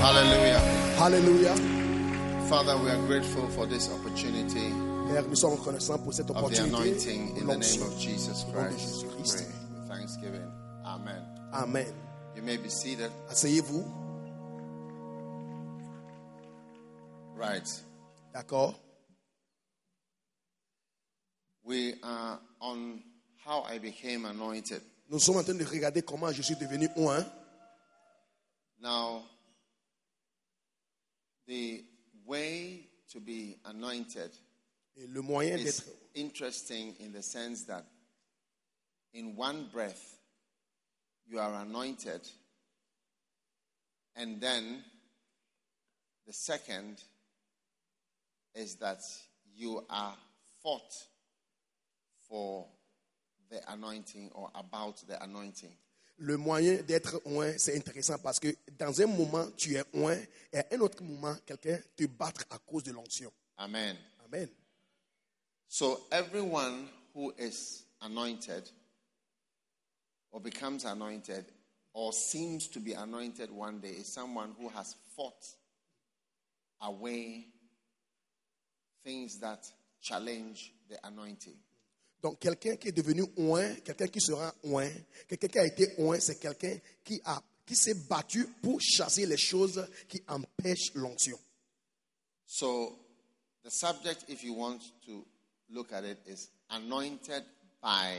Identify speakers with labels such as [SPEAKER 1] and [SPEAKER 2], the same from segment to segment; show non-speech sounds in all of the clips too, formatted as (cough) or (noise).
[SPEAKER 1] Hallelujah.
[SPEAKER 2] Alléluia.
[SPEAKER 1] Father, we are grateful for this opportunity
[SPEAKER 2] Père, nous sommes reconnaissants pour cette
[SPEAKER 1] of the
[SPEAKER 2] opportunité.
[SPEAKER 1] anointing
[SPEAKER 2] Au
[SPEAKER 1] in
[SPEAKER 2] nom
[SPEAKER 1] the
[SPEAKER 2] de
[SPEAKER 1] name
[SPEAKER 2] Jésus.
[SPEAKER 1] of Jesus
[SPEAKER 2] Au nom de
[SPEAKER 1] Christ.
[SPEAKER 2] Jésus
[SPEAKER 1] We
[SPEAKER 2] Christ.
[SPEAKER 1] pray with thanksgiving. Amen.
[SPEAKER 2] Amen.
[SPEAKER 1] You may be seated.
[SPEAKER 2] Asseyez-vous.
[SPEAKER 1] Right.
[SPEAKER 2] D'accord.
[SPEAKER 1] We are on how I became anointed.
[SPEAKER 2] Nous sommes en train de regarder comment je suis devenu un.
[SPEAKER 1] Now, the way to be anointed
[SPEAKER 2] Et le moyen d'être.
[SPEAKER 1] is interesting in the sense that in one breath you are anointed, and then the second is that you are fought for the anointing or about the anointing.
[SPEAKER 2] Le moyen d'être un, c'est intéressant parce que dans un moment, tu es un. Et à un autre moment, quelqu'un te battre à cause de l'onction.
[SPEAKER 1] Amen.
[SPEAKER 2] Amen.
[SPEAKER 1] So everyone who is anointed or becomes anointed or seems to be anointed one day is someone who has fought away things that challenge the anointing.
[SPEAKER 2] Donc, quelqu'un qui est devenu un, quelqu'un qui sera un, quelqu'un qui a été un, c'est quelqu'un qui, a, qui s'est battu pour chasser les choses qui empêchent l'onction.
[SPEAKER 1] So the subject if you want to look at it is anointed by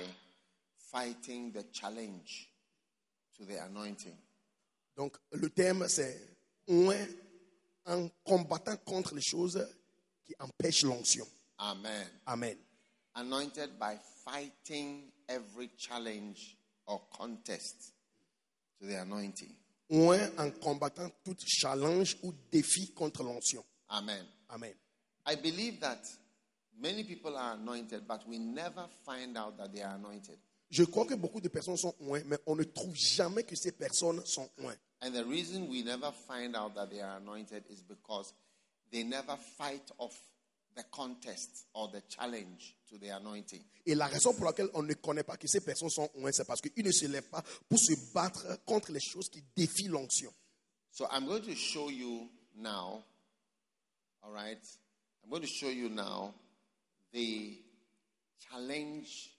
[SPEAKER 1] fighting the challenge to the anointing.
[SPEAKER 2] Donc, le thème, c'est un en combattant contre les choses qui empêchent l'onction.
[SPEAKER 1] Amen.
[SPEAKER 2] Amen.
[SPEAKER 1] anointed by fighting every challenge or contest to the anointing.
[SPEAKER 2] Un en combattant toute challenge ou défi contre l'onction.
[SPEAKER 1] Amen.
[SPEAKER 2] Amen.
[SPEAKER 1] I believe that many people are anointed, but we never find out that they are anointed.
[SPEAKER 2] Je crois que beaucoup de personnes sont un, mais on ne trouve jamais que ces personnes sont un.
[SPEAKER 1] And the reason we never find out that they are anointed is because they never fight off the contest or the challenge to the anointing.
[SPEAKER 2] Et la raison pour laquelle on ne connaît pas que ces personnes sont un, c'est parce qu'ils ne se lèvent pas pour se battre contre les choses qui défient l'onction.
[SPEAKER 1] So I'm going to show you now, all right? I'm going to show you now the challenge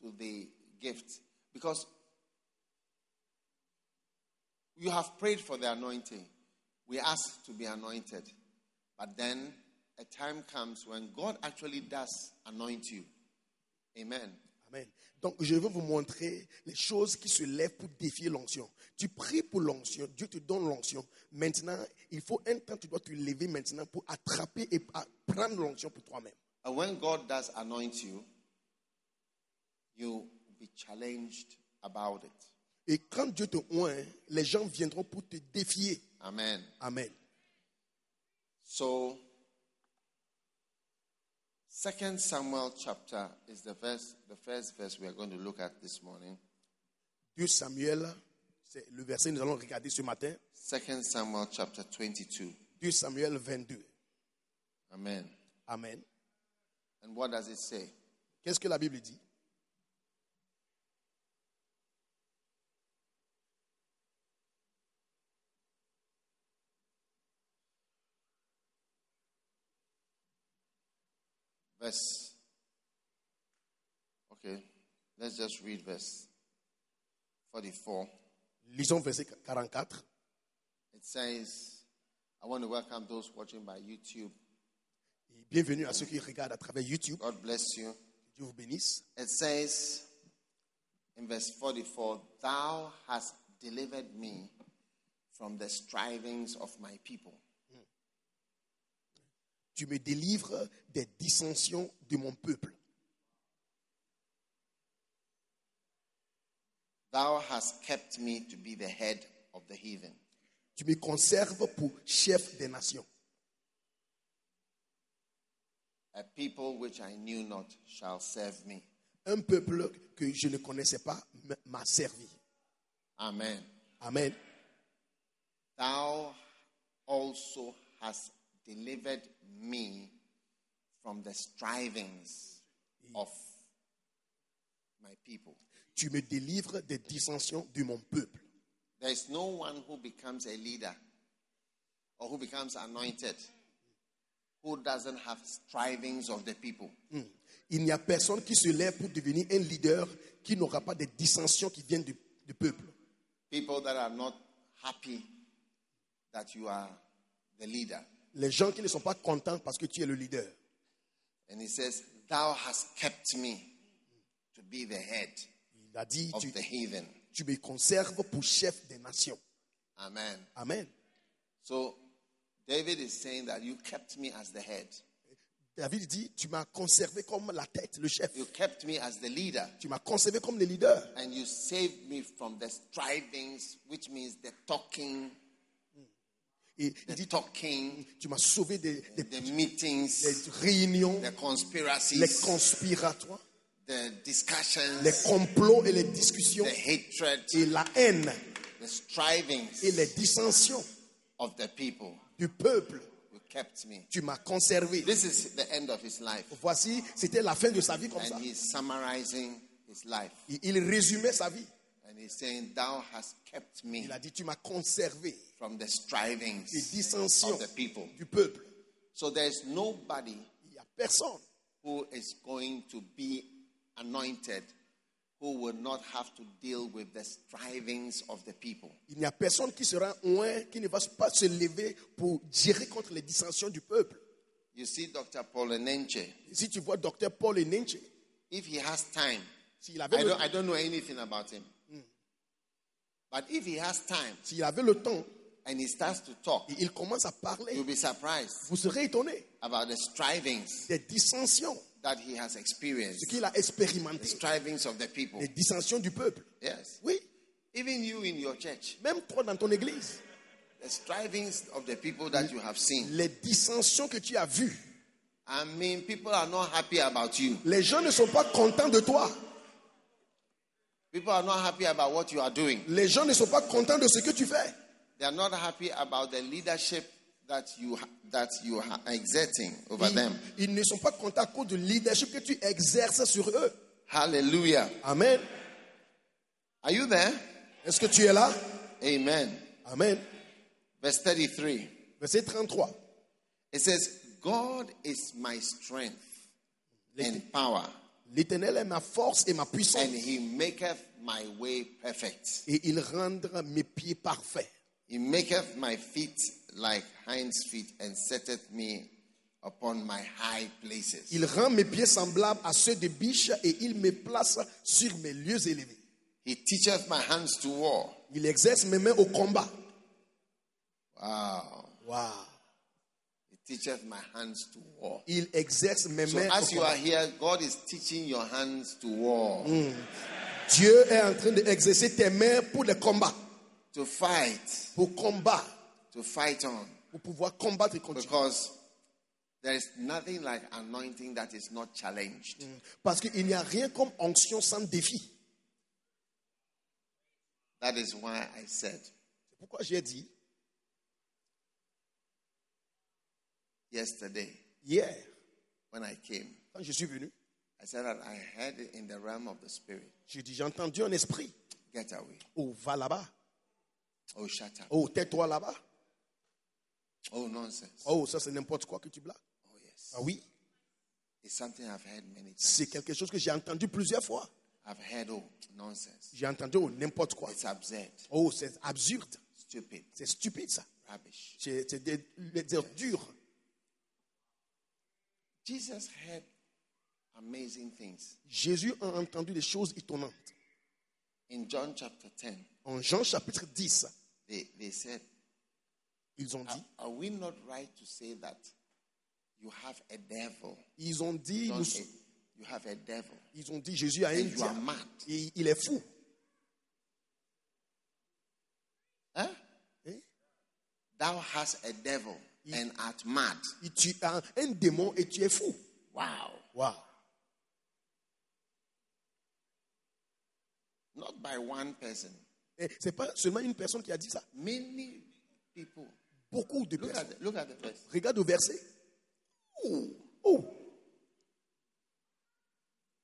[SPEAKER 1] to the gift because you have prayed for the anointing. We asked to be anointed, but then a time comes when God actually does anoint you. Amen.
[SPEAKER 2] Amen. Donc, je veux vous montrer les choses qui se lèvent pour défier l'onction. Tu pries pour l'onction, Dieu te donne l'onction. Maintenant, il faut un temps, tu dois te lever maintenant pour attraper et à- prendre l'onction pour toi-même.
[SPEAKER 1] And when God does anoint you, you'll be challenged about it.
[SPEAKER 2] Et quand Dieu te oint, les gens viendront pour te défier.
[SPEAKER 1] Amen.
[SPEAKER 2] Amen.
[SPEAKER 1] So, 2 Samuel chapter is the verse, the first verse we are going to look at this morning.
[SPEAKER 2] 2 Samuel, c'est le verset que nous allons regarder ce matin.
[SPEAKER 1] 2 Samuel chapter 22.
[SPEAKER 2] 2 Samuel 22.
[SPEAKER 1] Amen.
[SPEAKER 2] Amen.
[SPEAKER 1] And what does it say?
[SPEAKER 2] Qu'est-ce que la Bible dit
[SPEAKER 1] Verse. Okay, let's just read verse 44.
[SPEAKER 2] Lisons verset 44.
[SPEAKER 1] It says, I want to welcome those watching by YouTube.
[SPEAKER 2] Et bienvenue à ceux qui regardent à travers YouTube.
[SPEAKER 1] God bless you.
[SPEAKER 2] Que Dieu vous bénisse.
[SPEAKER 1] It says in verse 44 Thou hast delivered me from the strivings of my people.
[SPEAKER 2] Tu me délivres des dissensions de mon peuple.
[SPEAKER 1] Thou hast kept me to be the head of the heathen.
[SPEAKER 2] Tu me conserves pour chef des nations.
[SPEAKER 1] A people which I knew not shall serve me.
[SPEAKER 2] Un peuple que je ne connaissais pas m- m'a servi.
[SPEAKER 1] Amen.
[SPEAKER 2] Amen.
[SPEAKER 1] Thou also hast delivered me from the strivings of my people.
[SPEAKER 2] Tu me délivres des dissensions de mon peuple.
[SPEAKER 1] There is no one who becomes a leader or who becomes anointed who doesn't have strivings of the people.
[SPEAKER 2] Hmm. Il n'y a personne qui se lève pour devenir un leader qui n'aura pas des dissensions qui viennent du, du peuple.
[SPEAKER 1] People that are not happy that you are the leader.
[SPEAKER 2] Les gens qui ne sont pas contents parce que tu es le leader.
[SPEAKER 1] And he says, Thou hast kept me to be the head
[SPEAKER 2] Il a dit,
[SPEAKER 1] of
[SPEAKER 2] tu,
[SPEAKER 1] the heathen.
[SPEAKER 2] tu me conserves pour chef des nations.
[SPEAKER 1] Amen.
[SPEAKER 2] Amen.
[SPEAKER 1] So David is saying that you kept me as the head.
[SPEAKER 2] David dit, tu m'as conservé comme la tête, le chef.
[SPEAKER 1] You kept me as the leader.
[SPEAKER 2] Tu m'as conservé comme le leader.
[SPEAKER 1] And you saved me from the strivings, which means the talking,
[SPEAKER 2] Et il
[SPEAKER 1] the
[SPEAKER 2] dit,
[SPEAKER 1] talking,
[SPEAKER 2] tu m'as sauvé des, des-
[SPEAKER 1] the meetings,
[SPEAKER 2] des réunions,
[SPEAKER 1] the
[SPEAKER 2] les
[SPEAKER 1] conspiracies,
[SPEAKER 2] conspiratoires,
[SPEAKER 1] the
[SPEAKER 2] les
[SPEAKER 1] discussions,
[SPEAKER 2] complots et les discussions,
[SPEAKER 1] the hatred,
[SPEAKER 2] et la haine
[SPEAKER 1] the strivings
[SPEAKER 2] et les dissensions
[SPEAKER 1] of the people.
[SPEAKER 2] du peuple.
[SPEAKER 1] You kept me.
[SPEAKER 2] Tu m'as conservé.
[SPEAKER 1] This is the end of his life.
[SPEAKER 2] Voici, c'était la fin de sa vie comme ça.
[SPEAKER 1] And he's summarizing his life.
[SPEAKER 2] Il, il résumait sa vie.
[SPEAKER 1] And he's saying, Thou hast kept me
[SPEAKER 2] Il a dit, tu m'as conservé
[SPEAKER 1] from the
[SPEAKER 2] des
[SPEAKER 1] strivings
[SPEAKER 2] dissensions
[SPEAKER 1] of the people.
[SPEAKER 2] du peuple.
[SPEAKER 1] So there's nobody
[SPEAKER 2] Il n'y a personne
[SPEAKER 1] who is going to be anointed who will not have to deal with the strivings of the people.
[SPEAKER 2] Il n'y a personne qui sera loin, qui ne va pas se lever pour gérer contre les dissensions du peuple.
[SPEAKER 1] You see, Dr. Paul Nenche,
[SPEAKER 2] Si tu vois docteur Paul Enenche,
[SPEAKER 1] if he has time,
[SPEAKER 2] s'il
[SPEAKER 1] I
[SPEAKER 2] avait, le,
[SPEAKER 1] don't, I don't know anything about him. But if he has time
[SPEAKER 2] s'il avait le temps
[SPEAKER 1] and he starts to talk,
[SPEAKER 2] et il commence à
[SPEAKER 1] you'll
[SPEAKER 2] parler,
[SPEAKER 1] be surprised
[SPEAKER 2] vous serez étonné
[SPEAKER 1] about the strivings
[SPEAKER 2] des dissensions,
[SPEAKER 1] that he has
[SPEAKER 2] ce
[SPEAKER 1] experienced,
[SPEAKER 2] qu'il a
[SPEAKER 1] the
[SPEAKER 2] expérimenté,
[SPEAKER 1] strivings of the people.
[SPEAKER 2] les dissensions du peuple.
[SPEAKER 1] Yes.
[SPEAKER 2] Oui,
[SPEAKER 1] Even you in your church,
[SPEAKER 2] même toi dans ton église,
[SPEAKER 1] the strivings of the people that you have seen.
[SPEAKER 2] les dissensions que tu as vues,
[SPEAKER 1] I mean, people are not happy about you.
[SPEAKER 2] les gens ne sont pas contents de toi,
[SPEAKER 1] People are not happy about what you are doing.
[SPEAKER 2] les gens ne sont pas contents de ce que tu fais,
[SPEAKER 1] They are not happy about the leadership that you ha- that you are exerting over them.
[SPEAKER 2] ils, ils ne sont pas contents à cause du leadership que tu exerces sur eux.
[SPEAKER 1] Hallelujah.
[SPEAKER 2] Amen.
[SPEAKER 1] Are you there?
[SPEAKER 2] Est-ce que tu es là
[SPEAKER 1] Amen.
[SPEAKER 2] Amen.
[SPEAKER 1] Verse 33.
[SPEAKER 2] Verset 33.
[SPEAKER 1] It says, "God is my strength and power,
[SPEAKER 2] L'Éternel est ma force et ma puissance,
[SPEAKER 1] and He maketh my way perfect.
[SPEAKER 2] et il rendra mes pieds parfaits.
[SPEAKER 1] He maketh my feet like hinds' feet, and setteth me upon my high places."
[SPEAKER 2] Il rend mes pieds semblables à ceux de biche, et il me place sur mes lieux élevés.
[SPEAKER 1] He teacheth my hands to war.
[SPEAKER 2] Il exerce mes mains au combat.
[SPEAKER 1] Wow.
[SPEAKER 2] Waouh.
[SPEAKER 1] He teacheth my hands to war.
[SPEAKER 2] Il exerce mes
[SPEAKER 1] So
[SPEAKER 2] mains au
[SPEAKER 1] as you
[SPEAKER 2] combat.
[SPEAKER 1] are here, God is teaching your hands to war,
[SPEAKER 2] Dieu est en train d'exercer tes mains pour le combat,
[SPEAKER 1] to fight,
[SPEAKER 2] pour combat,
[SPEAKER 1] to fight on.
[SPEAKER 2] pour pouvoir combattre et continuer.
[SPEAKER 1] Because there is nothing like anointing that is not challenged.
[SPEAKER 2] Parce qu'il n'y a rien comme onction sans défi.
[SPEAKER 1] That is why I said,
[SPEAKER 2] C'est pourquoi j'ai dit
[SPEAKER 1] yesterday
[SPEAKER 2] hier,
[SPEAKER 1] when I came,
[SPEAKER 2] quand je suis venu,
[SPEAKER 1] I said that I heard it in the realm of the spirit.
[SPEAKER 2] j'ai dit, j'ai entendu un esprit.
[SPEAKER 1] Get away.
[SPEAKER 2] Oh, va là-bas.
[SPEAKER 1] Oh, shut up.
[SPEAKER 2] Oh, tais-toi là-bas.
[SPEAKER 1] Oh, nonsense.
[SPEAKER 2] Oh, ça c'est n'importe quoi que tu blagues.
[SPEAKER 1] Oh, yes.
[SPEAKER 2] Ah oui,
[SPEAKER 1] It's something I've heard many times.
[SPEAKER 2] c'est quelque chose que j'ai entendu plusieurs fois.
[SPEAKER 1] I've heard, oh, nonsense.
[SPEAKER 2] J'ai entendu oh, n'importe quoi.
[SPEAKER 1] It's absurd,
[SPEAKER 2] Oh, c'est absurde.
[SPEAKER 1] stupid,
[SPEAKER 2] C'est stupide ça.
[SPEAKER 1] rubbish.
[SPEAKER 2] C'est c'est des des ordures.
[SPEAKER 1] Jesus heard amazing things.
[SPEAKER 2] Jésus a entendu des choses étonnantes.
[SPEAKER 1] In John chapter 10,
[SPEAKER 2] En Jean chapitre 10,
[SPEAKER 1] they, they said,
[SPEAKER 2] ils ont
[SPEAKER 1] are,
[SPEAKER 2] dit,
[SPEAKER 1] are we not right to say that you have a devil?
[SPEAKER 2] ils ont dit,
[SPEAKER 1] John
[SPEAKER 2] nous-
[SPEAKER 1] 8, you have a devil.
[SPEAKER 2] ils ont dit Jésus a un
[SPEAKER 1] And you are
[SPEAKER 2] diable.
[SPEAKER 1] mad.
[SPEAKER 2] Et il est fou.
[SPEAKER 1] Huh?
[SPEAKER 2] Eh?
[SPEAKER 1] Thou hast a devil and art mad.
[SPEAKER 2] Et tu as un démon et tu es fou.
[SPEAKER 1] Wow.
[SPEAKER 2] Waouh.
[SPEAKER 1] Not by one person.
[SPEAKER 2] Et Eh, C'est pas seulement une personne qui a dit ça.
[SPEAKER 1] Many people.
[SPEAKER 2] Beaucoup de
[SPEAKER 1] Look
[SPEAKER 2] personnes.
[SPEAKER 1] at the, look at the verse.
[SPEAKER 2] Regarde au verset. Oh,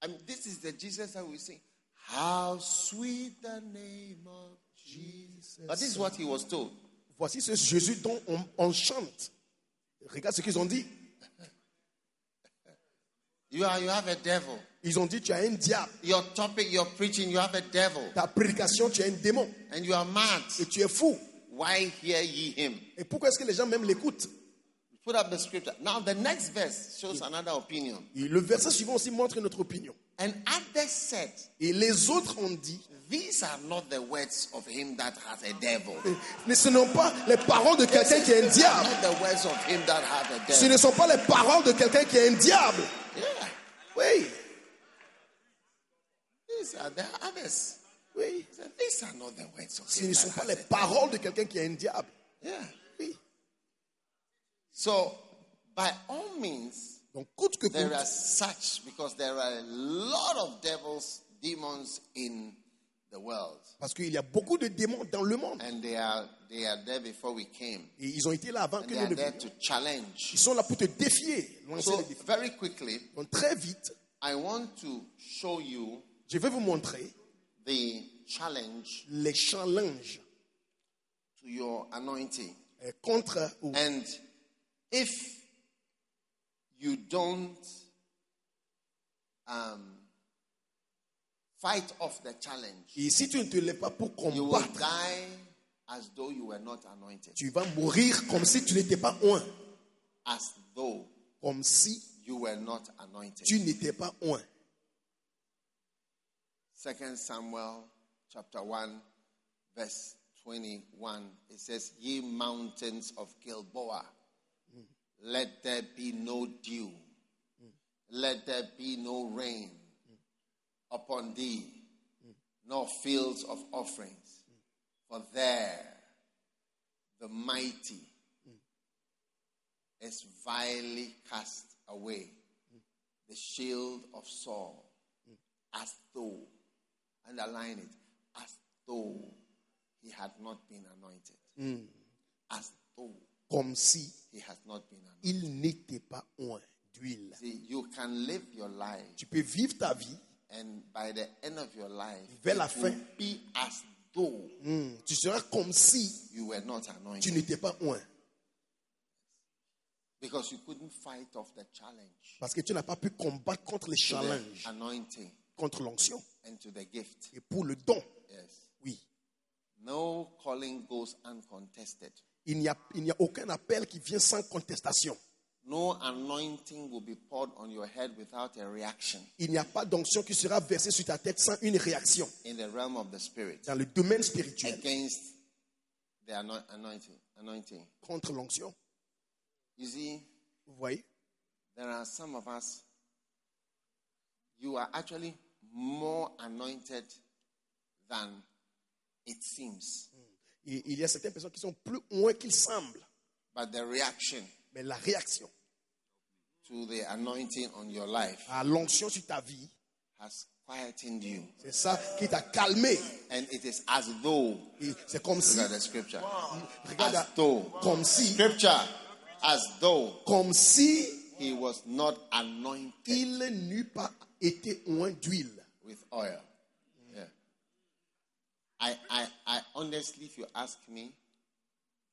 [SPEAKER 1] I mean, this is the Jesus that we sing. How sweet the name of Jesus. But this is what he was told.
[SPEAKER 2] Voici ce Jésus dont on, on chante. Regarde ce qu'ils ont dit.
[SPEAKER 1] You are you have a devil.
[SPEAKER 2] Ils ont dit, tu as un diable.
[SPEAKER 1] Your topic, your preaching, you have a devil,
[SPEAKER 2] Ta prédication, tu as un démon.
[SPEAKER 1] and you are mad.
[SPEAKER 2] Et tu es fou.
[SPEAKER 1] Why hear ye him?
[SPEAKER 2] Et pourquoi est-ce que les gens même l'écoutent
[SPEAKER 1] Put up the scripture. Now the next verse shows another opinion.
[SPEAKER 2] Et Le verset suivant aussi montre notre opinion.
[SPEAKER 1] And others said,
[SPEAKER 2] Et les autres ont dit,
[SPEAKER 1] These are not the words of him that has a devil.
[SPEAKER 2] mais ce ne sont pas les paroles de quelqu'un qui est un diable.
[SPEAKER 1] Not the words of him that has a
[SPEAKER 2] Ce
[SPEAKER 1] devil.
[SPEAKER 2] ne sont pas les paroles de quelqu'un qui est un diable.
[SPEAKER 1] Yeah.
[SPEAKER 2] Oui,
[SPEAKER 1] These are the others.
[SPEAKER 2] oui.
[SPEAKER 1] He said, These are not the words of
[SPEAKER 2] Ce
[SPEAKER 1] him
[SPEAKER 2] ne
[SPEAKER 1] that
[SPEAKER 2] sont pas
[SPEAKER 1] has
[SPEAKER 2] les
[SPEAKER 1] a devil."
[SPEAKER 2] paroles de quelqu'un qui est un diable.
[SPEAKER 1] Yeah.
[SPEAKER 2] Oui.
[SPEAKER 1] So, by all means,
[SPEAKER 2] Donc, coûte que
[SPEAKER 1] there
[SPEAKER 2] coûte,
[SPEAKER 1] are such because there are a lot of devils, demons in the world,
[SPEAKER 2] parce qu'il y a beaucoup de démons dans le monde.
[SPEAKER 1] and they are they are there before we came.
[SPEAKER 2] Et ils ont été là avant
[SPEAKER 1] And
[SPEAKER 2] que
[SPEAKER 1] they
[SPEAKER 2] nous
[SPEAKER 1] are
[SPEAKER 2] ne
[SPEAKER 1] there
[SPEAKER 2] venions.
[SPEAKER 1] to challenge.
[SPEAKER 2] Ils sont là pour te défier, lancer
[SPEAKER 1] So
[SPEAKER 2] les défis.
[SPEAKER 1] very quickly,
[SPEAKER 2] Donc, très vite,
[SPEAKER 1] I want to show you
[SPEAKER 2] je vais vous montrer
[SPEAKER 1] the challenge
[SPEAKER 2] les challenges
[SPEAKER 1] to your anointing.
[SPEAKER 2] euh, contre ou
[SPEAKER 1] And if you don't um, fight off the challenge,
[SPEAKER 2] Et si tu ne te lèves pas pour
[SPEAKER 1] you will
[SPEAKER 2] combattre,
[SPEAKER 1] die as though you were not anointed,
[SPEAKER 2] tu vas mourir comme si tu n'étais pas un.
[SPEAKER 1] as though
[SPEAKER 2] Comme si
[SPEAKER 1] you were not anointed.
[SPEAKER 2] tu n'étais pas un.
[SPEAKER 1] Second Samuel chapter 1, verse 21. It says, Ye mountains of Gilboa, let there be no dew, let there be no rain upon thee, nor fields of offerings, for there the mighty is vilely cast away, the shield of Saul as though, underline it, as though he had not been anointed. As though
[SPEAKER 2] Comme si
[SPEAKER 1] he has not been anointed.
[SPEAKER 2] il n'était pas un d'huile.
[SPEAKER 1] See, you can live your life,
[SPEAKER 2] Tu peux vivre ta vie,
[SPEAKER 1] and by the end of your life,
[SPEAKER 2] Vers la
[SPEAKER 1] it will
[SPEAKER 2] fin.
[SPEAKER 1] be as though
[SPEAKER 2] hmm, tu seras comme si
[SPEAKER 1] you were not
[SPEAKER 2] tu
[SPEAKER 1] anointed
[SPEAKER 2] n'étais pas un.
[SPEAKER 1] because you couldn't fight off the challenge,
[SPEAKER 2] Parce que tu n'as pas pu combattre contre les
[SPEAKER 1] to the
[SPEAKER 2] challenges,
[SPEAKER 1] anointing,
[SPEAKER 2] contre l'onction
[SPEAKER 1] and to the gift.
[SPEAKER 2] et pour le don.
[SPEAKER 1] Yes.
[SPEAKER 2] Oui.
[SPEAKER 1] No calling goes uncontested.
[SPEAKER 2] Il n'y a, il n'y a aucun appel qui vient sans contestation.
[SPEAKER 1] No anointing will be poured on your head without a reaction
[SPEAKER 2] Il n'y a pas d'onction qui sera versée sur ta tête sans une réaction.
[SPEAKER 1] in the realm of the spirit.
[SPEAKER 2] Dans le domaine spirituel,
[SPEAKER 1] against the anoint- anointing. Anointing.
[SPEAKER 2] contre l'onction.
[SPEAKER 1] You see,
[SPEAKER 2] Vous voyez
[SPEAKER 1] there are some of us. You are actually more anointed than it seems,
[SPEAKER 2] Et il y a certaines personnes qui sont plus loin qu'ils semblent.
[SPEAKER 1] but the reaction
[SPEAKER 2] Mais la réaction
[SPEAKER 1] to the anointing on your life
[SPEAKER 2] à l'onction sur ta vie,
[SPEAKER 1] has quietened you,
[SPEAKER 2] c'est ça qui t'a calmé.
[SPEAKER 1] and it is as though
[SPEAKER 2] Et c'est comme si,
[SPEAKER 1] look at the scripture,
[SPEAKER 2] regarde,
[SPEAKER 1] as
[SPEAKER 2] à-
[SPEAKER 1] though
[SPEAKER 2] comme si,
[SPEAKER 1] scripture, as though
[SPEAKER 2] comme si
[SPEAKER 1] he was not anointed
[SPEAKER 2] il n'eût pas été loin d'huile.
[SPEAKER 1] with oil. Yeah. I, I, I honestly, if you ask me,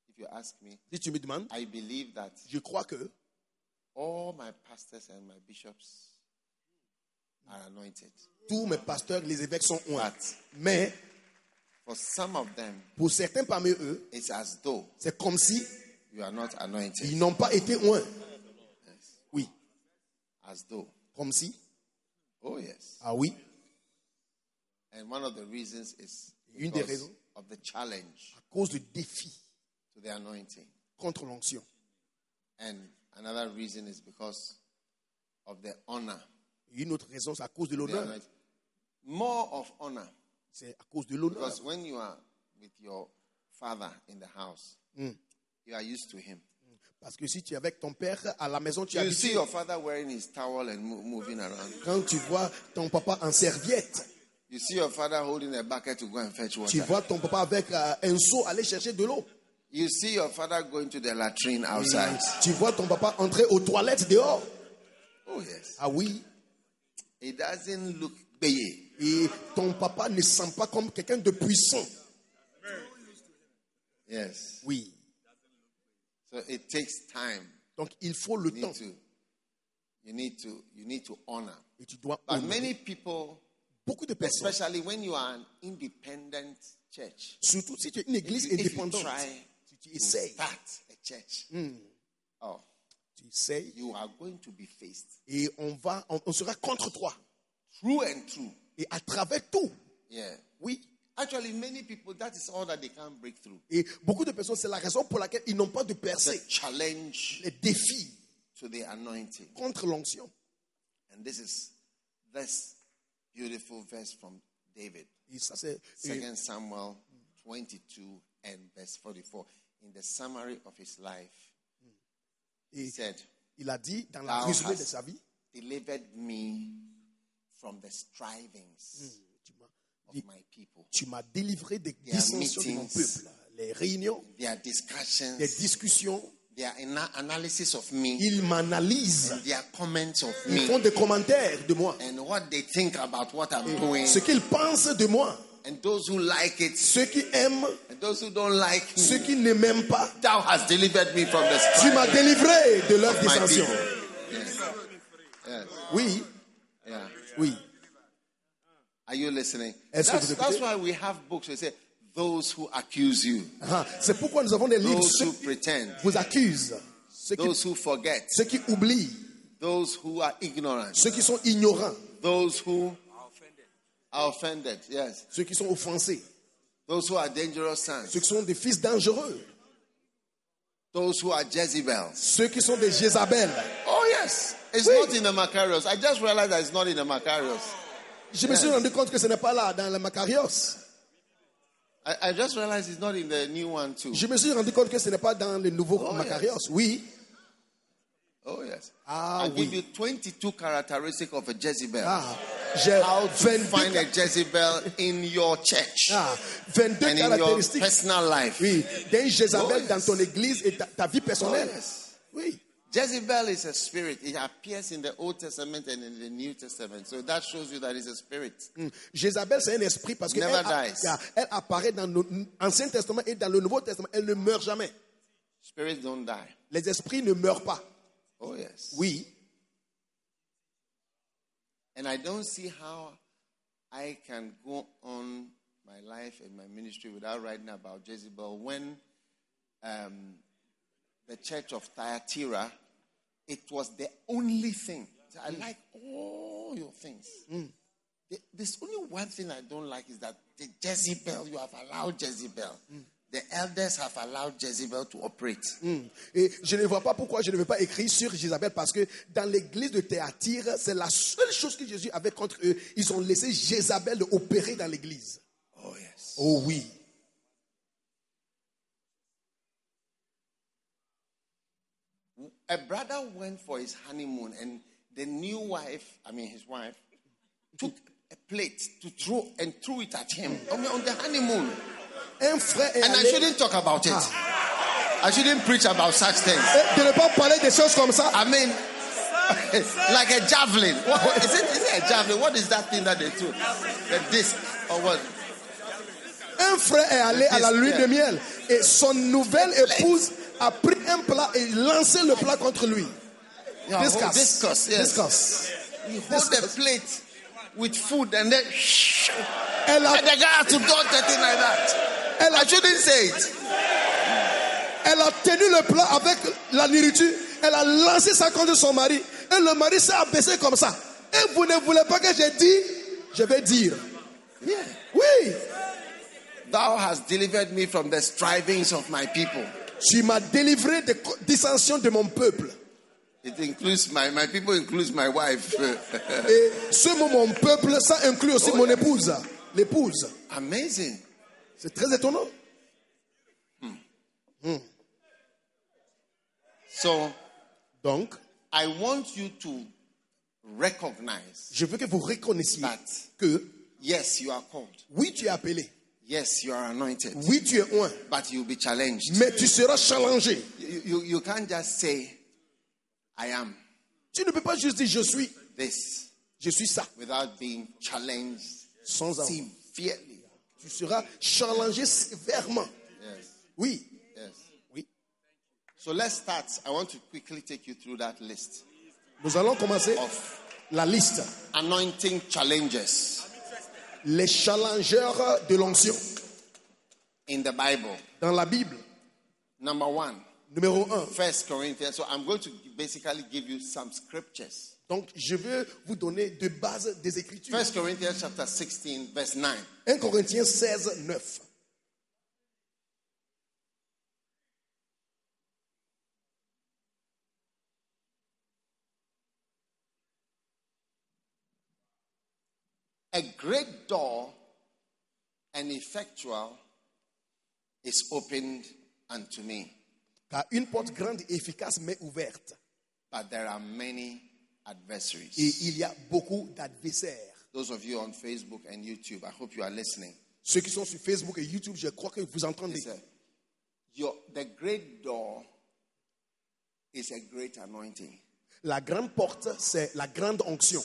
[SPEAKER 1] if you ask me,
[SPEAKER 2] Si tu me demandes,
[SPEAKER 1] I believe that
[SPEAKER 2] je crois que
[SPEAKER 1] all my pastors and my bishops are anointed.
[SPEAKER 2] tous mes pasteurs, les évêques sont loin.
[SPEAKER 1] But-
[SPEAKER 2] Mais
[SPEAKER 1] For some of them,
[SPEAKER 2] pour certains parmi eux,
[SPEAKER 1] it's as though
[SPEAKER 2] c'est comme si
[SPEAKER 1] you are not anointed.
[SPEAKER 2] ils n'ont pas été loin. Oui,
[SPEAKER 1] As though.
[SPEAKER 2] comme si.
[SPEAKER 1] Oh, yes.
[SPEAKER 2] Ah oui,
[SPEAKER 1] And one of the reasons is
[SPEAKER 2] Une des
[SPEAKER 1] because
[SPEAKER 2] raisons.
[SPEAKER 1] of the challenge
[SPEAKER 2] à cause du défi
[SPEAKER 1] to the anointing.
[SPEAKER 2] contre l'onction.
[SPEAKER 1] And another reason is because of the honor.
[SPEAKER 2] Une autre raison, c'est à cause de
[SPEAKER 1] The
[SPEAKER 2] l'honneur.
[SPEAKER 1] anointing. More of honor.
[SPEAKER 2] C'est à cause de l'honneur.
[SPEAKER 1] Because when you are with your father in the house, you are used to him.
[SPEAKER 2] Parce que si tu es avec ton père à la maison, tu
[SPEAKER 1] You
[SPEAKER 2] as
[SPEAKER 1] see your father wearing his towel and mo- moving around.
[SPEAKER 2] Quand tu vois ton papa en serviette,
[SPEAKER 1] You see your father holding a bucket to go and fetch
[SPEAKER 2] tu
[SPEAKER 1] water.
[SPEAKER 2] vois ton papa avec euh, un seau aller chercher de l'eau.
[SPEAKER 1] You see your father going to the latrine outside.
[SPEAKER 2] Tu vois ton papa entrer aux toilettes dehors.
[SPEAKER 1] Oh, yes.
[SPEAKER 2] Ah oui.
[SPEAKER 1] It doesn't look big.
[SPEAKER 2] Et ton papa ne sent pas comme quelqu'un de puissant.
[SPEAKER 1] Yes.
[SPEAKER 2] Oui.
[SPEAKER 1] So it takes time.
[SPEAKER 2] Donc, il faut le
[SPEAKER 1] You
[SPEAKER 2] temps
[SPEAKER 1] need to, you need to, you need to honor.
[SPEAKER 2] et tu dois
[SPEAKER 1] But
[SPEAKER 2] honorer.
[SPEAKER 1] many people,
[SPEAKER 2] Beaucoup de personnes,
[SPEAKER 1] especially when you are an independent church,
[SPEAKER 2] surtout si tu es une église
[SPEAKER 1] if you
[SPEAKER 2] indépendante,
[SPEAKER 1] try Ah.
[SPEAKER 2] si tu
[SPEAKER 1] to
[SPEAKER 2] essayes,
[SPEAKER 1] start a church, oh,
[SPEAKER 2] tu essayes
[SPEAKER 1] you are going to be faced
[SPEAKER 2] et on, va, on, on sera contre toi.
[SPEAKER 1] through and through.
[SPEAKER 2] Et à travers tout,
[SPEAKER 1] Yeah.
[SPEAKER 2] oui.
[SPEAKER 1] Actually, many people, that is all that they can't break through.
[SPEAKER 2] Et beaucoup de personnes, c'est la raison pour laquelle ils n'ont pas de
[SPEAKER 1] The
[SPEAKER 2] percée.
[SPEAKER 1] challenge
[SPEAKER 2] Les défis
[SPEAKER 1] to the anointing.
[SPEAKER 2] contre l'onction.
[SPEAKER 1] And this is this beautiful verse from David.
[SPEAKER 2] Et ça, c'est euh,
[SPEAKER 1] Second Samuel 22 and verse 44. In the summary of his life, he
[SPEAKER 2] et
[SPEAKER 1] said,
[SPEAKER 2] il a dit dans la
[SPEAKER 1] Thou
[SPEAKER 2] résumé
[SPEAKER 1] hast-
[SPEAKER 2] de sa vie,
[SPEAKER 1] Delivered me from the
[SPEAKER 2] Mm.
[SPEAKER 1] strivings
[SPEAKER 2] tu m'as-
[SPEAKER 1] of my people,
[SPEAKER 2] tu m'as délivré des
[SPEAKER 1] Their
[SPEAKER 2] dissensions de mon
[SPEAKER 1] meetings.
[SPEAKER 2] peuple, les réunions,
[SPEAKER 1] their
[SPEAKER 2] les
[SPEAKER 1] discussions,
[SPEAKER 2] discussions.
[SPEAKER 1] their ana- analysis of me,
[SPEAKER 2] Ils m'analysent,
[SPEAKER 1] their comments of
[SPEAKER 2] ils font
[SPEAKER 1] me,
[SPEAKER 2] des commentaires de moi,
[SPEAKER 1] and what they think about what I'm doing,
[SPEAKER 2] ce qu'ils pensent de moi,
[SPEAKER 1] and those who like it,
[SPEAKER 2] ceux qui aiment,
[SPEAKER 1] and those who don't like
[SPEAKER 2] ceux
[SPEAKER 1] me.
[SPEAKER 2] qui ne m'aiment pas.
[SPEAKER 1] Thou hast delivered me from the
[SPEAKER 2] Tu
[SPEAKER 1] strivings
[SPEAKER 2] m'as délivré de leur
[SPEAKER 1] of my
[SPEAKER 2] dissension.
[SPEAKER 1] people.
[SPEAKER 2] Oui,
[SPEAKER 1] Yeah.
[SPEAKER 2] oui.
[SPEAKER 1] Are you listening?
[SPEAKER 2] Est-ce que
[SPEAKER 1] That's,
[SPEAKER 2] vous écoutez?
[SPEAKER 1] that's why we have books. We say those who accuse you,
[SPEAKER 2] Ah, C'est pourquoi nous avons des livres.
[SPEAKER 1] those
[SPEAKER 2] Ceux
[SPEAKER 1] who
[SPEAKER 2] qui
[SPEAKER 1] pretend,
[SPEAKER 2] vous accusent, ceux qui,
[SPEAKER 1] those who forget,
[SPEAKER 2] ceux qui oublient,
[SPEAKER 1] those who are ignorant,
[SPEAKER 2] ceux qui sont ignorants,
[SPEAKER 1] those who are offended. Yes,
[SPEAKER 2] ceux qui sont offensés,
[SPEAKER 1] those who are dangerous
[SPEAKER 2] ceux
[SPEAKER 1] sons,
[SPEAKER 2] qui sont des fils dangereux,
[SPEAKER 1] those who are Jezebels.
[SPEAKER 2] ceux qui sont des Jézabel.
[SPEAKER 1] Oh yes, it's
[SPEAKER 2] Oui.
[SPEAKER 1] not in the Macarius. I just realized that it's not in the Macarius.
[SPEAKER 2] Je me suis rendu compte que ce n'est pas là dans la Macarios.
[SPEAKER 1] I, I just realized it's not in the new one too.
[SPEAKER 2] Je me suis rendu compte que ce n'est pas dans le nouveau
[SPEAKER 1] Oh,
[SPEAKER 2] Macarios. Oui,
[SPEAKER 1] Oh yes.
[SPEAKER 2] Ah,
[SPEAKER 1] I give
[SPEAKER 2] oui.
[SPEAKER 1] you 22 characteristics of a Jezebel.
[SPEAKER 2] ah, j'ai
[SPEAKER 1] How to
[SPEAKER 2] 22,
[SPEAKER 1] find a Jezebel in your church.
[SPEAKER 2] ah, 22
[SPEAKER 1] and in your
[SPEAKER 2] caractéristiques
[SPEAKER 1] personal life.
[SPEAKER 2] oui, d'un Jézabel
[SPEAKER 1] Oh, yes.
[SPEAKER 2] dans ton église et ta, ta vie personnelle.
[SPEAKER 1] Oh, yes.
[SPEAKER 2] Oui,
[SPEAKER 1] Jezebel is a spirit. It appears in the Old Testament and in the New Testament. So that shows you that it's a spirit.
[SPEAKER 2] Hmm. Jézabel, c'est un esprit parce qu'elle
[SPEAKER 1] Never dies.
[SPEAKER 2] elle apparaît dans l'Ancien Testament et dans le Nouveau Testament. Elle ne meurt jamais.
[SPEAKER 1] Spirits don't die.
[SPEAKER 2] Les esprits ne meurent pas.
[SPEAKER 1] Oh, yes.
[SPEAKER 2] Oui,
[SPEAKER 1] And I don't see how I can go on my life and my ministry without writing about Jezebel when um, the church of Thyatira, it was the only thing. I like all your things. The- There's only one thing I don't like is that the Jezebel, you have allowed Jezebel. The elders have allowed Jezebel to operate.
[SPEAKER 2] Mm. Et je ne vois pas pourquoi je ne veux pas écrire sur Jézabel parce que dans l'église de Théatire, c'est la seule chose que Jésus avait contre eux. Ils ont laissé Jézabel opérer dans l'église.
[SPEAKER 1] Oh, yes.
[SPEAKER 2] Oh oui.
[SPEAKER 1] A brother went for his honeymoon, and the new wife, I mean his wife, took a plate to throw and threw it at him on the, on the honeymoon.
[SPEAKER 2] Un frère est
[SPEAKER 1] And I
[SPEAKER 2] allé
[SPEAKER 1] shouldn't talk about it. I shouldn't preach about such things.
[SPEAKER 2] Et Euh, de ne pas parler des choses comme ça.
[SPEAKER 1] I mean, (laughs) like a javelin. What, what- is, it, is it a javelin? What is that thing that they threw? The disc or what?
[SPEAKER 2] Un frère est allé à la lune de miel et son nouvelle épouse a pris un plat et lancé le plat contre lui.
[SPEAKER 1] Yeah, oh,
[SPEAKER 2] Discuss.
[SPEAKER 1] discus. Yes.
[SPEAKER 2] Discuss.
[SPEAKER 1] You hold the plate with food and then (laughs)
[SPEAKER 2] Elle a,
[SPEAKER 1] and the guy has to do something like that.
[SPEAKER 2] elle, a,
[SPEAKER 1] I shouldn't say it.
[SPEAKER 2] elle a tenu le plat avec la nourriture. Elle a lancé ça contre son mari. Et le mari s'est abaissé comme ça. Et vous ne voulez pas que je dise Je vais dire.
[SPEAKER 1] Yeah.
[SPEAKER 2] Oui,
[SPEAKER 1] Thou hast delivered me from the strivings of my people.
[SPEAKER 2] tu m'as délivré des co- dissensions de mon peuple.
[SPEAKER 1] It includes my my people includes my wife. (laughs)
[SPEAKER 2] Et ce mot, mon peuple, ça inclut aussi
[SPEAKER 1] Oh,
[SPEAKER 2] mon
[SPEAKER 1] yeah.
[SPEAKER 2] épouse. L'épouse.
[SPEAKER 1] Amazing.
[SPEAKER 2] C'est très étonnant.
[SPEAKER 1] So
[SPEAKER 2] Donc,
[SPEAKER 1] I want you to recognize
[SPEAKER 2] je veux que vous reconnaissiez
[SPEAKER 1] that
[SPEAKER 2] que
[SPEAKER 1] yes, you are called.
[SPEAKER 2] oui, tu es appelé.
[SPEAKER 1] Yes, you are anointed.
[SPEAKER 2] Oui, tu es un.
[SPEAKER 1] But you'll be challenged.
[SPEAKER 2] Mais tu seras challengé.
[SPEAKER 1] You, you, you can't just say, I am
[SPEAKER 2] Tu ne peux pas juste dire je suis,
[SPEAKER 1] this
[SPEAKER 2] je suis ça.
[SPEAKER 1] without being challenged
[SPEAKER 2] Sans avoir.
[SPEAKER 1] severely.
[SPEAKER 2] Tu seras challengé sévèrement.
[SPEAKER 1] Yes,
[SPEAKER 2] Oui,
[SPEAKER 1] yes.
[SPEAKER 2] oui.
[SPEAKER 1] So let's start. I want to quickly take you through that list
[SPEAKER 2] Nous allons commencer
[SPEAKER 1] of
[SPEAKER 2] la liste.
[SPEAKER 1] anointing challenges
[SPEAKER 2] Les challengeurs de l'onction
[SPEAKER 1] in the Bible.
[SPEAKER 2] dans la Bible.
[SPEAKER 1] Number one,
[SPEAKER 2] Numéro 1.
[SPEAKER 1] First Corinthians. So I'm going to basically give you some scriptures.
[SPEAKER 2] Donc, je veux vous donner de base des Écritures.
[SPEAKER 1] First Corinthians chapter 16, verse 9.
[SPEAKER 2] 1 Corinthiens 16, 9.
[SPEAKER 1] A great door and effectual is opened unto me,
[SPEAKER 2] Car une porte grande et efficace mais ouverte.
[SPEAKER 1] but there are many
[SPEAKER 2] Et
[SPEAKER 1] adversaries.
[SPEAKER 2] il y a beaucoup d'adversaires.
[SPEAKER 1] Those of you on Facebook and YouTube, I hope you are listening.
[SPEAKER 2] Ceux qui sont sur Facebook et YouTube, je crois que vous entendez.
[SPEAKER 1] It's a- your, the great door is a great anointing.
[SPEAKER 2] La grande porte, c'est la grande onction.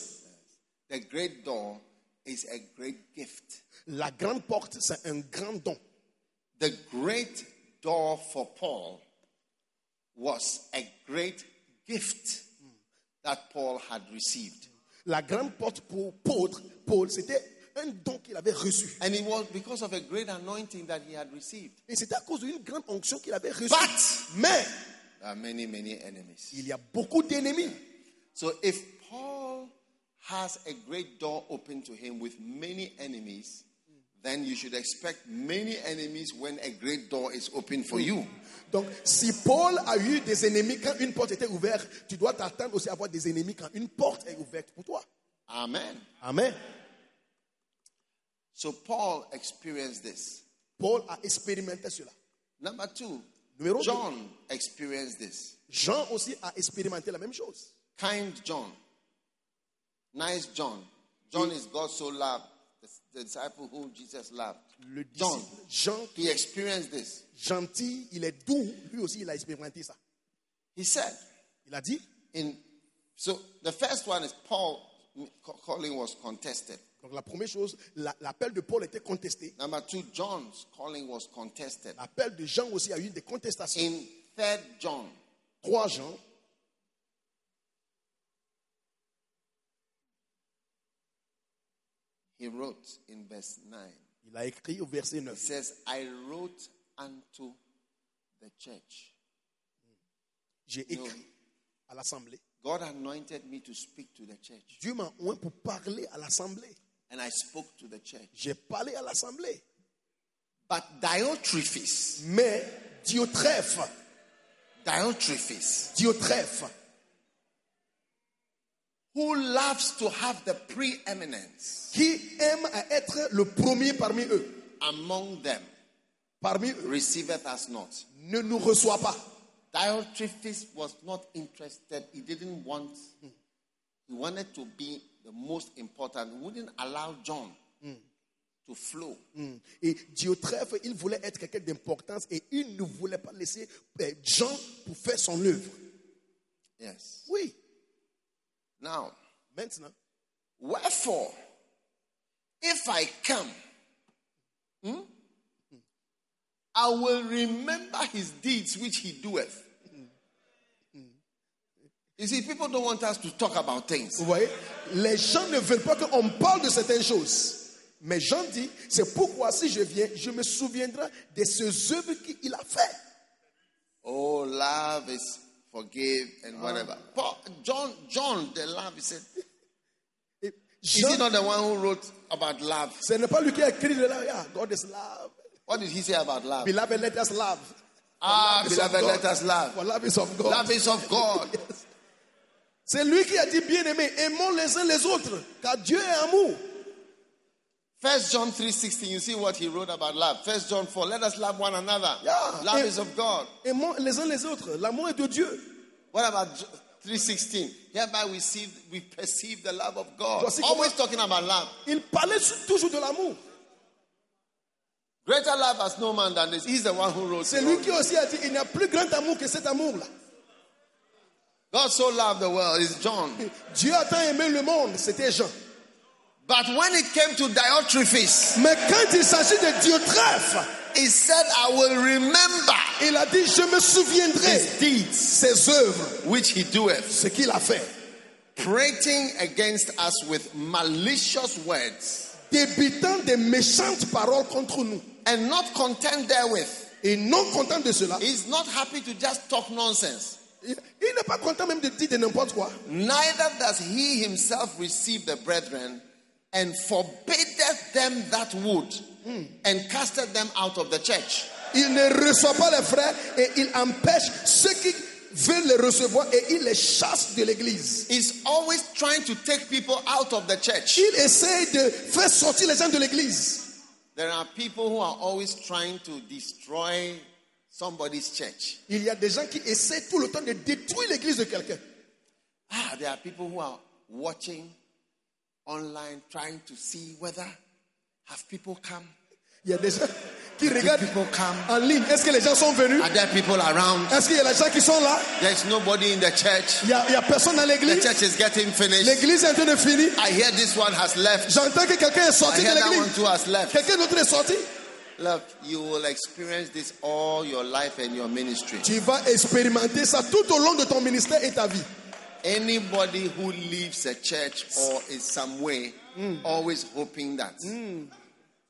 [SPEAKER 1] The great door is a great gift.
[SPEAKER 2] La grande porte, c'est un grand don.
[SPEAKER 1] The great door for Paul was a great gift that Paul had received.
[SPEAKER 2] La grande porte pour Paul, Paul c'était un don qu'il avait reçu.
[SPEAKER 1] And it was because of a great anointing that he had received.
[SPEAKER 2] Et c'était à cause d'une grande onction qu'il avait reçue.
[SPEAKER 1] But
[SPEAKER 2] Mais
[SPEAKER 1] there are many, many enemies.
[SPEAKER 2] il y a beaucoup d'ennemis.
[SPEAKER 1] So if Paul has a great door open to him with many enemies, then you should expect many enemies when a great door is open for you.
[SPEAKER 2] Donc, si Paul a eu des ennemis quand une porte était ouverte, tu dois t'attendre aussi à avoir des ennemis quand une porte est ouverte pour toi.
[SPEAKER 1] Amen.
[SPEAKER 2] Amen.
[SPEAKER 1] So Paul experienced this.
[SPEAKER 2] Paul a expérimenté cela.
[SPEAKER 1] Number two,
[SPEAKER 2] Numéro deux.
[SPEAKER 1] John experienced this.
[SPEAKER 2] Jean aussi a expérimenté la même chose.
[SPEAKER 1] Kind John. Nice John. John is God so loved. The- The disciple whom Jesus loved.
[SPEAKER 2] Le
[SPEAKER 1] John.
[SPEAKER 2] disciple Jean, qui
[SPEAKER 1] He experienced this.
[SPEAKER 2] est gentil, il est doux, lui aussi il a expérimenté ça.
[SPEAKER 1] He said,
[SPEAKER 2] Il a dit,
[SPEAKER 1] In so the first one is Paul calling was contested.
[SPEAKER 2] donc la première chose, la- l'appel de Paul était contesté.
[SPEAKER 1] Number two, John's calling was contested.
[SPEAKER 2] L'appel de Jean aussi a eu des contestations.
[SPEAKER 1] In third John,
[SPEAKER 2] 3 Jean,
[SPEAKER 1] he wrote in verse nine.
[SPEAKER 2] il a écrit au verset
[SPEAKER 1] He
[SPEAKER 2] 9.
[SPEAKER 1] says, I wrote unto the church.
[SPEAKER 2] J'ai écrit à l'assemblée.
[SPEAKER 1] God anointed me to speak to the church.
[SPEAKER 2] Dieu m'a oint pour parler à l'assemblée.
[SPEAKER 1] And I spoke to the church.
[SPEAKER 2] J'ai parlé à l'assemblée.
[SPEAKER 1] But Diotrephes,
[SPEAKER 2] Mais Diotrephe,
[SPEAKER 1] Diotrephes,
[SPEAKER 2] Diotrephe,
[SPEAKER 1] who loves to have the preeminence
[SPEAKER 2] qui aime à être le premier parmi eux,
[SPEAKER 1] among them,
[SPEAKER 2] parmi eux,
[SPEAKER 1] receiveth us not.
[SPEAKER 2] ne nous reçoit pas.
[SPEAKER 1] Diotrephes was not interested. He didn't want. He wanted to be the most important. He wouldn't allow John to flow.
[SPEAKER 2] Hmm. Et Diotrephe, il voulait être quelqu'un d'importance et il ne voulait pas laisser euh, Jean pour faire son œuvre.
[SPEAKER 1] Yes.
[SPEAKER 2] Oui,
[SPEAKER 1] Now,
[SPEAKER 2] maintenant,
[SPEAKER 1] wherefore, if I come, hmm, I will remember his deeds which he doeth. You see, people don't want us to talk about things.
[SPEAKER 2] vous voyez, les gens ne veulent pas qu'on parle de certaines choses. Mais Jean dit, c'est pourquoi si je viens, je me souviendrai de ces œuvres qu'il a fait.
[SPEAKER 1] Oh, love is forgive
[SPEAKER 2] Ah.
[SPEAKER 1] and whatever. Paul, John, John, the love, he said,
[SPEAKER 2] Et
[SPEAKER 1] is he
[SPEAKER 2] Jean,
[SPEAKER 1] not the one who wrote about love?
[SPEAKER 2] ce n'est pas lui qui a écrit de là, Ah, God is love.
[SPEAKER 1] What did he say about love?
[SPEAKER 2] Beloved, let us love.
[SPEAKER 1] Ah,
[SPEAKER 2] For love is of
[SPEAKER 1] beloved,
[SPEAKER 2] God.
[SPEAKER 1] let us love.
[SPEAKER 2] For love is of God.
[SPEAKER 1] Love is of God.
[SPEAKER 2] C'est lui qui a dit, bien-aimés, aimons les uns les autres, car Dieu est amour.
[SPEAKER 1] First John 3.16, you see what he wrote about love. First John 4, let us love one another.
[SPEAKER 2] Yeah.
[SPEAKER 1] Love
[SPEAKER 2] Eh.
[SPEAKER 1] is of God.
[SPEAKER 2] Aimons les uns les autres. L'amour est de Dieu.
[SPEAKER 1] What about J- 3.16? Hereby we see, we perceive the love of God.
[SPEAKER 2] Voici comment-
[SPEAKER 1] Always talking about love.
[SPEAKER 2] Il parlait su- toujours de l'amour.
[SPEAKER 1] Greater love has no man than this. He's the one who wrote
[SPEAKER 2] C'est
[SPEAKER 1] it.
[SPEAKER 2] lui qui aussi a dit, il n'y a plus grand amour que cet amour-là.
[SPEAKER 1] God so loved the world. It's John.
[SPEAKER 2] Dieu a tant aimé le monde, c'était Jean.
[SPEAKER 1] But when it came to Diotrephes,
[SPEAKER 2] Mais quand il s'agit de Dieu trèfle,
[SPEAKER 1] He said, I will remember
[SPEAKER 2] Il a dit, je me souviendrai
[SPEAKER 1] his deeds,
[SPEAKER 2] ses œuvres,
[SPEAKER 1] which he doeth,
[SPEAKER 2] ce qu'il a fait.
[SPEAKER 1] prating against us with malicious words,
[SPEAKER 2] Débitant des méchantes paroles contre nous.
[SPEAKER 1] and not content therewith.
[SPEAKER 2] Et non content de cela,
[SPEAKER 1] He's not happy to just talk nonsense.
[SPEAKER 2] il il n'est pas content même de dire de n'importe quoi.
[SPEAKER 1] Neither does he himself receive the brethren, and forbiddeth them that would, and casteth them out of the church.
[SPEAKER 2] Il ne reçoit pas les frères et il empêche ceux qui veulent les recevoir et il les chasse de l'église.
[SPEAKER 1] He's always trying to take people out of the church.
[SPEAKER 2] Il essaye de faire sortir les gens de l'église.
[SPEAKER 1] There are people who are always trying to destroy somebody's church.
[SPEAKER 2] Il y a des gens qui essaient tout le temps de détruire l'église de quelqu'un.
[SPEAKER 1] Ah, there are people who are watching online trying to see whether have people come?
[SPEAKER 2] Il y a des gens qui regardent
[SPEAKER 1] people come?
[SPEAKER 2] en ligne. Est-ce que les gens sont venus
[SPEAKER 1] Are there people around?
[SPEAKER 2] Est-ce qu'il y a des gens qui sont là
[SPEAKER 1] There's nobody in the church.
[SPEAKER 2] Il n'y a, il y a personne dans
[SPEAKER 1] The
[SPEAKER 2] l'église.
[SPEAKER 1] church is getting finished.
[SPEAKER 2] L'église est en train de finir.
[SPEAKER 1] I hear this one has left.
[SPEAKER 2] J'entends que quelqu'un est
[SPEAKER 1] I
[SPEAKER 2] sorti de
[SPEAKER 1] hear that one
[SPEAKER 2] l'église.
[SPEAKER 1] too has left.
[SPEAKER 2] Quelqu'un d'autre est sorti.
[SPEAKER 1] Look, you will experience this all your life and your ministry.
[SPEAKER 2] Tu vas expérimenter ça tout au long de ton ministère et ta vie.
[SPEAKER 1] Anybody who leaves a church or in some way,
[SPEAKER 2] Hmm.
[SPEAKER 1] always hoping that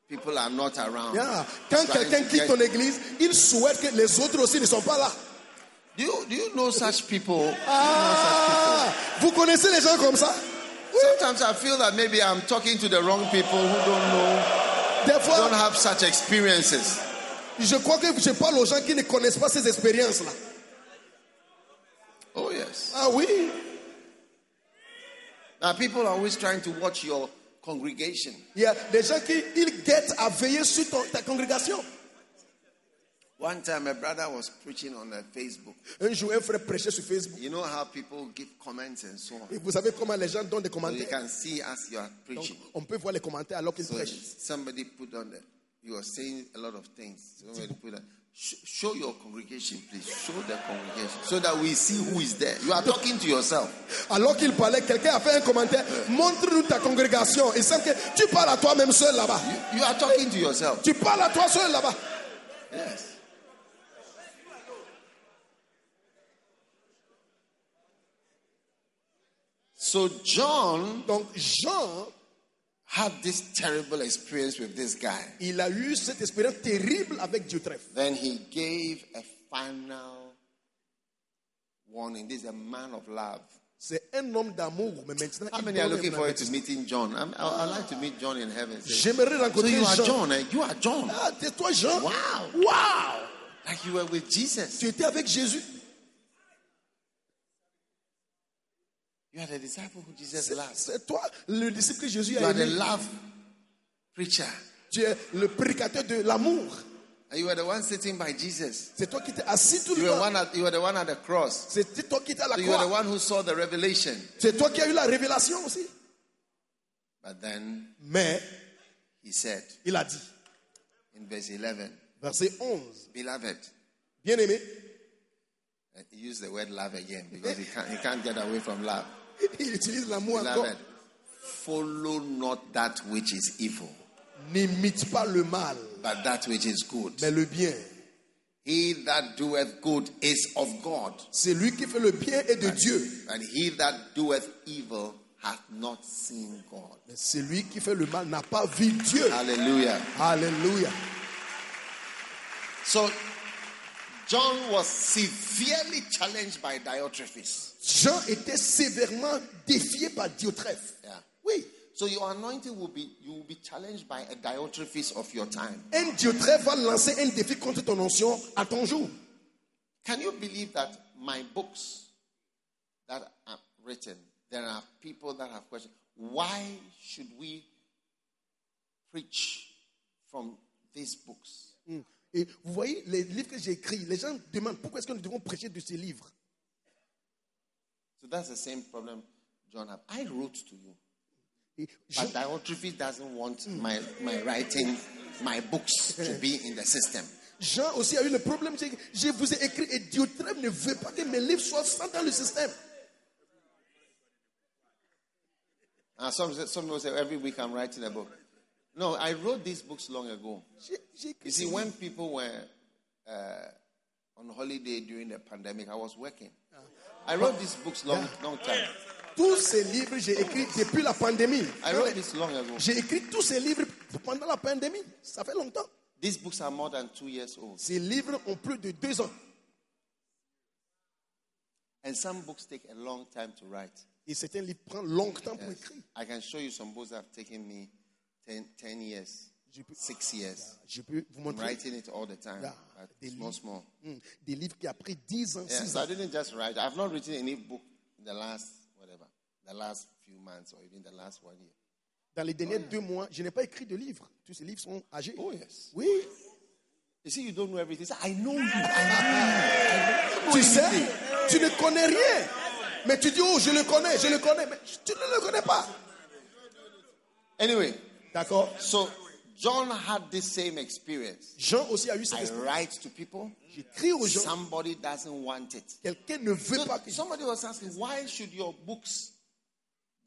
[SPEAKER 1] people are not around.
[SPEAKER 2] Yeah. Quand
[SPEAKER 1] Trying
[SPEAKER 2] quelqu'un
[SPEAKER 1] to
[SPEAKER 2] quitte
[SPEAKER 1] get-
[SPEAKER 2] ton église, il souhaite que les autres aussi ne sont pas là.
[SPEAKER 1] do, you, do you know such people?
[SPEAKER 2] Ah, vous connaissez les gens comme ça
[SPEAKER 1] Sometimes I feel that maybe I'm talking to the wrong people who don't know,
[SPEAKER 2] Des
[SPEAKER 1] don't
[SPEAKER 2] fois,
[SPEAKER 1] have such experiences.
[SPEAKER 2] je crois que je parle aux gens qui ne connaissent pas ces expériences-là.
[SPEAKER 1] Oh, yes.
[SPEAKER 2] Ah oui
[SPEAKER 1] Now, people are always trying to watch your congregation.
[SPEAKER 2] Il y a des gens qui, ils guettent à veiller sur ton- ta congrégation.
[SPEAKER 1] One time, a brother was preaching on uh, Facebook.
[SPEAKER 2] Un jour, un frère prêchait sur Facebook.
[SPEAKER 1] You know how people give comments and so on.
[SPEAKER 2] Et vous savez comment les gens donnent des
[SPEAKER 1] So you
[SPEAKER 2] commentaires
[SPEAKER 1] can see as you are
[SPEAKER 2] Donc,
[SPEAKER 1] preaching.
[SPEAKER 2] on peut voir les commentaires alors qu'ils
[SPEAKER 1] So
[SPEAKER 2] prêchent.
[SPEAKER 1] somebody put on the, you are saying a lot of things. Somebody put on, sh- show your congregation, please. Show the congregation so that we see who is there. You are talking to yourself.
[SPEAKER 2] Alors qu'il parlait, quelqu'un a fait un commentaire. Montre-nous ta congrégation. Il semble que tu parles à toi-même seul là-bas.
[SPEAKER 1] You, you are talking to yourself.
[SPEAKER 2] Tu parles à toi seul là-bas.
[SPEAKER 1] Yes. So John
[SPEAKER 2] Donc Jean,
[SPEAKER 1] had this terrible experience with this guy.
[SPEAKER 2] il a eu cette expérience terrible avec Dieu trèfle.
[SPEAKER 1] Then he gave a final warning. This is a man of love.
[SPEAKER 2] C'est un homme d'amour, mais maintenant
[SPEAKER 1] How
[SPEAKER 2] il
[SPEAKER 1] many are
[SPEAKER 2] donne
[SPEAKER 1] looking
[SPEAKER 2] un
[SPEAKER 1] forward
[SPEAKER 2] avis.
[SPEAKER 1] to meeting John? I'm, I, would like to meet John in heaven. Say,
[SPEAKER 2] J'aimerais
[SPEAKER 1] So
[SPEAKER 2] rencontrer
[SPEAKER 1] you are
[SPEAKER 2] Jean.
[SPEAKER 1] John, eh? You are John.
[SPEAKER 2] Ah, tais-toi Jean.
[SPEAKER 1] Wow.
[SPEAKER 2] Wow.
[SPEAKER 1] Like you were with Jesus.
[SPEAKER 2] Tu étais avec Jésus.
[SPEAKER 1] You are the disciple who Jesus
[SPEAKER 2] C'est-
[SPEAKER 1] loved.
[SPEAKER 2] C'est toi le disciple que Jésus
[SPEAKER 1] You
[SPEAKER 2] a
[SPEAKER 1] are the
[SPEAKER 2] aimé.
[SPEAKER 1] love preacher.
[SPEAKER 2] Tu es le prédicateur de l'amour.
[SPEAKER 1] And you were the one sitting by Jesus.
[SPEAKER 2] C'est toi qui t'es assis tout le
[SPEAKER 1] You were,
[SPEAKER 2] temps.
[SPEAKER 1] one at, you were the one at the cross.
[SPEAKER 2] C'est toi qui étais à la
[SPEAKER 1] So you were the
[SPEAKER 2] croix.
[SPEAKER 1] one who saw the revelation.
[SPEAKER 2] C'est toi qui as eu la révélation aussi.
[SPEAKER 1] But then
[SPEAKER 2] Mais
[SPEAKER 1] he said
[SPEAKER 2] il a dit,
[SPEAKER 1] in verse 11,
[SPEAKER 2] verset 11,
[SPEAKER 1] Beloved,
[SPEAKER 2] bien aimé,
[SPEAKER 1] and he used the word love again because he can't, he can't get away from love.
[SPEAKER 2] (laughs) il utilise l'amour encore.
[SPEAKER 1] Beloved, follow not that which is evil,
[SPEAKER 2] N'imite pas le mal,
[SPEAKER 1] but that which is good.
[SPEAKER 2] mais le bien.
[SPEAKER 1] He that doeth good is of God,
[SPEAKER 2] Celui qui fait le bien est de Dieu.
[SPEAKER 1] and he that doeth evil hath not seen God.
[SPEAKER 2] Mais celui qui fait le mal n'a pas vu Dieu.
[SPEAKER 1] Hallelujah.
[SPEAKER 2] Alléluia.
[SPEAKER 1] So, John was severely challenged by Diotrephes.
[SPEAKER 2] Jean était sévèrement défié par Diotrephe.
[SPEAKER 1] Yeah.
[SPEAKER 2] Oui.
[SPEAKER 1] So, your anointing will be, you will be challenged by a Diotrephes of your time.
[SPEAKER 2] Un Diotrephe va lancer un défi contre ton onction à ton jour.
[SPEAKER 1] Can you believe that my books that are written, there are people that have questions. Why should we preach from these books?
[SPEAKER 2] Mm. Et vous voyez, les livres que j'ai écrits, les gens demandent pourquoi est-ce que nous devons prêcher de ces livres.
[SPEAKER 1] So that's the same problem John had. I wrote to you,
[SPEAKER 2] Et Jean-
[SPEAKER 1] but Diotrephes doesn't want my, my writing, my books to be in the system.
[SPEAKER 2] Jean aussi a eu le problème. c'est que Je vous ai écrit et Diotrephe ne veut pas que mes livres soient sans dans le système.
[SPEAKER 1] Ah, And some, some people say, every week I'm writing a book. No, I wrote these books long ago.
[SPEAKER 2] J'ai j'ai écrit
[SPEAKER 1] You see,
[SPEAKER 2] ces
[SPEAKER 1] when
[SPEAKER 2] livres.
[SPEAKER 1] people were uh, on holiday during the pandemic, I was working. I wrote these books long, long time.
[SPEAKER 2] Tous ces livres, j'ai écrit depuis la pandémie.
[SPEAKER 1] I wrote this long ago.
[SPEAKER 2] J'ai écrit tous ces livres pendant la pandémie. Ça fait longtemps.
[SPEAKER 1] These books are more than two years old,
[SPEAKER 2] Ces livres ont plus de deux ans.
[SPEAKER 1] and some books take a long time to write.
[SPEAKER 2] Et certains livres prennent longtemps pour écrire.
[SPEAKER 1] I can show you some books that have taken me 10, 10 years,
[SPEAKER 2] Je peux,
[SPEAKER 1] six years.
[SPEAKER 2] je peux vous
[SPEAKER 1] I'm
[SPEAKER 2] montrer
[SPEAKER 1] writing it all the time,
[SPEAKER 2] Yeah.
[SPEAKER 1] but
[SPEAKER 2] They
[SPEAKER 1] small,
[SPEAKER 2] leave-
[SPEAKER 1] small.
[SPEAKER 2] hmm, des livres qui a pris dix ans,
[SPEAKER 1] Yeah,
[SPEAKER 2] six
[SPEAKER 1] so I
[SPEAKER 2] ans.
[SPEAKER 1] didn't just write. I've not written any book in the last whatever, the last few months or even the last one year.
[SPEAKER 2] Dans les derniers deux mois, je n'ai pas écrit de livre. Tous ces livres sont âgés.
[SPEAKER 1] Oh, yes.
[SPEAKER 2] Oui.
[SPEAKER 1] You see, you don't know everything. Say, I know you.
[SPEAKER 2] Tu sais, tu ne connais rien. Mais tu dis, oh, je le connais, je le connais. Mais tu ne le connais pas.
[SPEAKER 1] Anyway,
[SPEAKER 2] D'accord
[SPEAKER 1] so John had the same experience.
[SPEAKER 2] Jean aussi a eu cette
[SPEAKER 1] I
[SPEAKER 2] expérience.
[SPEAKER 1] write to people.
[SPEAKER 2] J'écris aux gens.
[SPEAKER 1] Somebody doesn't want it.
[SPEAKER 2] Quelqu'un ne veut
[SPEAKER 1] So
[SPEAKER 2] pas que
[SPEAKER 1] somebody was asking, why should your books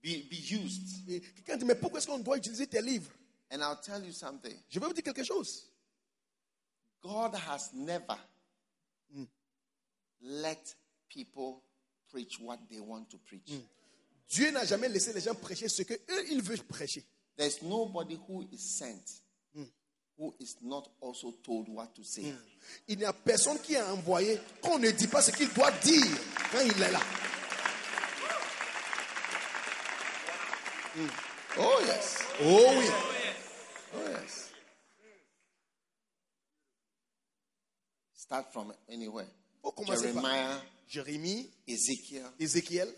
[SPEAKER 1] be, be used?
[SPEAKER 2] Et Quelqu'un dit, mais pourquoi est-ce qu'on doit utiliser tes livres
[SPEAKER 1] And I'll tell you something.
[SPEAKER 2] Je vais vous dire quelque chose.
[SPEAKER 1] God has never let people preach what they want to preach.
[SPEAKER 2] Dieu n'a jamais laissé les gens prêcher ce que eux ils veulent prêcher.
[SPEAKER 1] There's nobody who is sent who is not also told what to say.
[SPEAKER 2] Il n'y a personne qui a envoyé qu'on ne dit pas ce qu'il doit dire quand il est là.
[SPEAKER 1] Oh, yes.
[SPEAKER 2] Oh oui.
[SPEAKER 1] Oh, yes. Start from anywhere.
[SPEAKER 2] Faut commencer par
[SPEAKER 1] Jeremiah,
[SPEAKER 2] Jérémie,
[SPEAKER 1] Ezekiel,
[SPEAKER 2] Ézéchiel.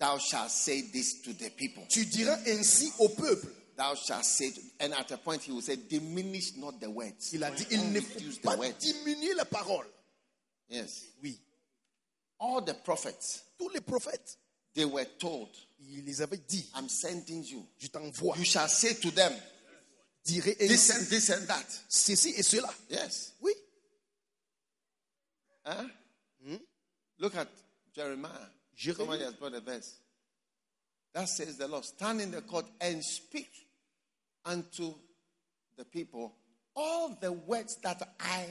[SPEAKER 1] thou shalt say this to the people.
[SPEAKER 2] Tu diras ainsi au peuple.
[SPEAKER 1] Thou shalt say, to, and at a point he will say, diminish not the words.
[SPEAKER 2] Il a dit, il ne
[SPEAKER 1] Reduce
[SPEAKER 2] faut
[SPEAKER 1] the
[SPEAKER 2] pas
[SPEAKER 1] words.
[SPEAKER 2] diminuer la parole.
[SPEAKER 1] Yes.
[SPEAKER 2] Oui.
[SPEAKER 1] All the prophets,
[SPEAKER 2] Tous les prophètes,
[SPEAKER 1] they were told,
[SPEAKER 2] il les avait dit,
[SPEAKER 1] I'm sending you.
[SPEAKER 2] je t'envoie.
[SPEAKER 1] You shall say to them,
[SPEAKER 2] Je dirai
[SPEAKER 1] this
[SPEAKER 2] ainsi,
[SPEAKER 1] and this and that.
[SPEAKER 2] ceci et cela.
[SPEAKER 1] Yes.
[SPEAKER 2] Oui.
[SPEAKER 1] Huh? Hmm? Look at Jeremiah.
[SPEAKER 2] Jeremiah.
[SPEAKER 1] Somebody has brought a verse. That says the Lord, stand in the court and speak unto the people all the words that I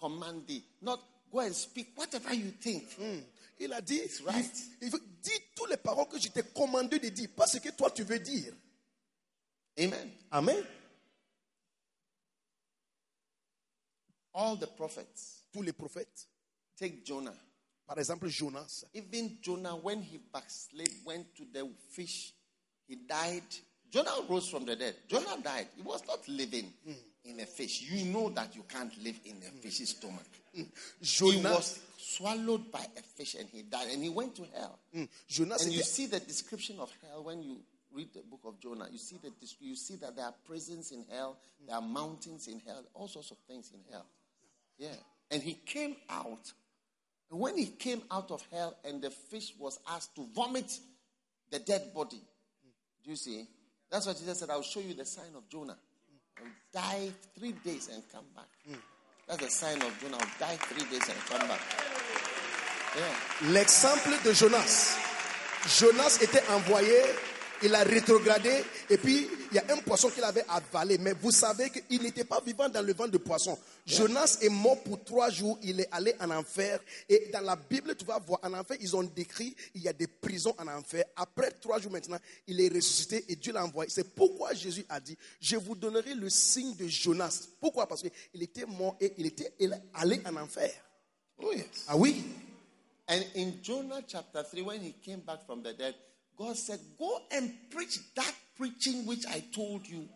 [SPEAKER 1] command thee. Not go and speak whatever you think.
[SPEAKER 2] Hmm. Il a dit, il-
[SPEAKER 1] right.
[SPEAKER 2] il veut dire toutes les paroles que je t'ai commandé de dire, pas ce que toi tu veux dire.
[SPEAKER 1] Amen.
[SPEAKER 2] Amen.
[SPEAKER 1] All the prophets.
[SPEAKER 2] Tous les prophètes,
[SPEAKER 1] Take Jonah.
[SPEAKER 2] par exemple Jonas,
[SPEAKER 1] Even Jonah, when he backslid, went to the fish, he died. Jonah rose from the dead. Jonah died. He was not living in a fish. You know that you can't live in a fish's stomach. He
[SPEAKER 2] Jonas,
[SPEAKER 1] was swallowed by a fish and he died and he went to hell.
[SPEAKER 2] Hmm. Jonas
[SPEAKER 1] And you
[SPEAKER 2] était,
[SPEAKER 1] see the description of hell when you read the book of Jonah. You see that you see that there are prisons in hell, there are mountains in hell, all sorts of things in hell. Yeah. And he came out. And when he came out of hell and the fish was asked to vomit the dead body. Do you see? That's what Jesus said, I'll show you the sign of Jonah. I'll die three days and come back. That's the sign of Jonah. I'll die three days and come back. Yeah.
[SPEAKER 2] l'exemple de Jonas. Jonas était envoyé, il a rétrogradé, et puis il y a un poisson qu'il avait avalé. Mais vous savez qu'il n'était pas vivant dans le ventre de poisson. Jonas est mort pour trois jours, il est allé en enfer. Et dans la Bible, tu vas voir, en enfer, ils ont décrit, il y a des prisons en enfer. Après trois jours maintenant, il est ressuscité et Dieu l'a envoyé. C'est pourquoi Jésus a dit, je vous donnerai le signe de Jonas. Pourquoi Parce qu'il était mort et il était il est allé en enfer.
[SPEAKER 1] Oh, yes.
[SPEAKER 2] Ah oui
[SPEAKER 1] And in Jonah chapter 3, when he came back from the dead, God said, Go and preach that preaching which I told you.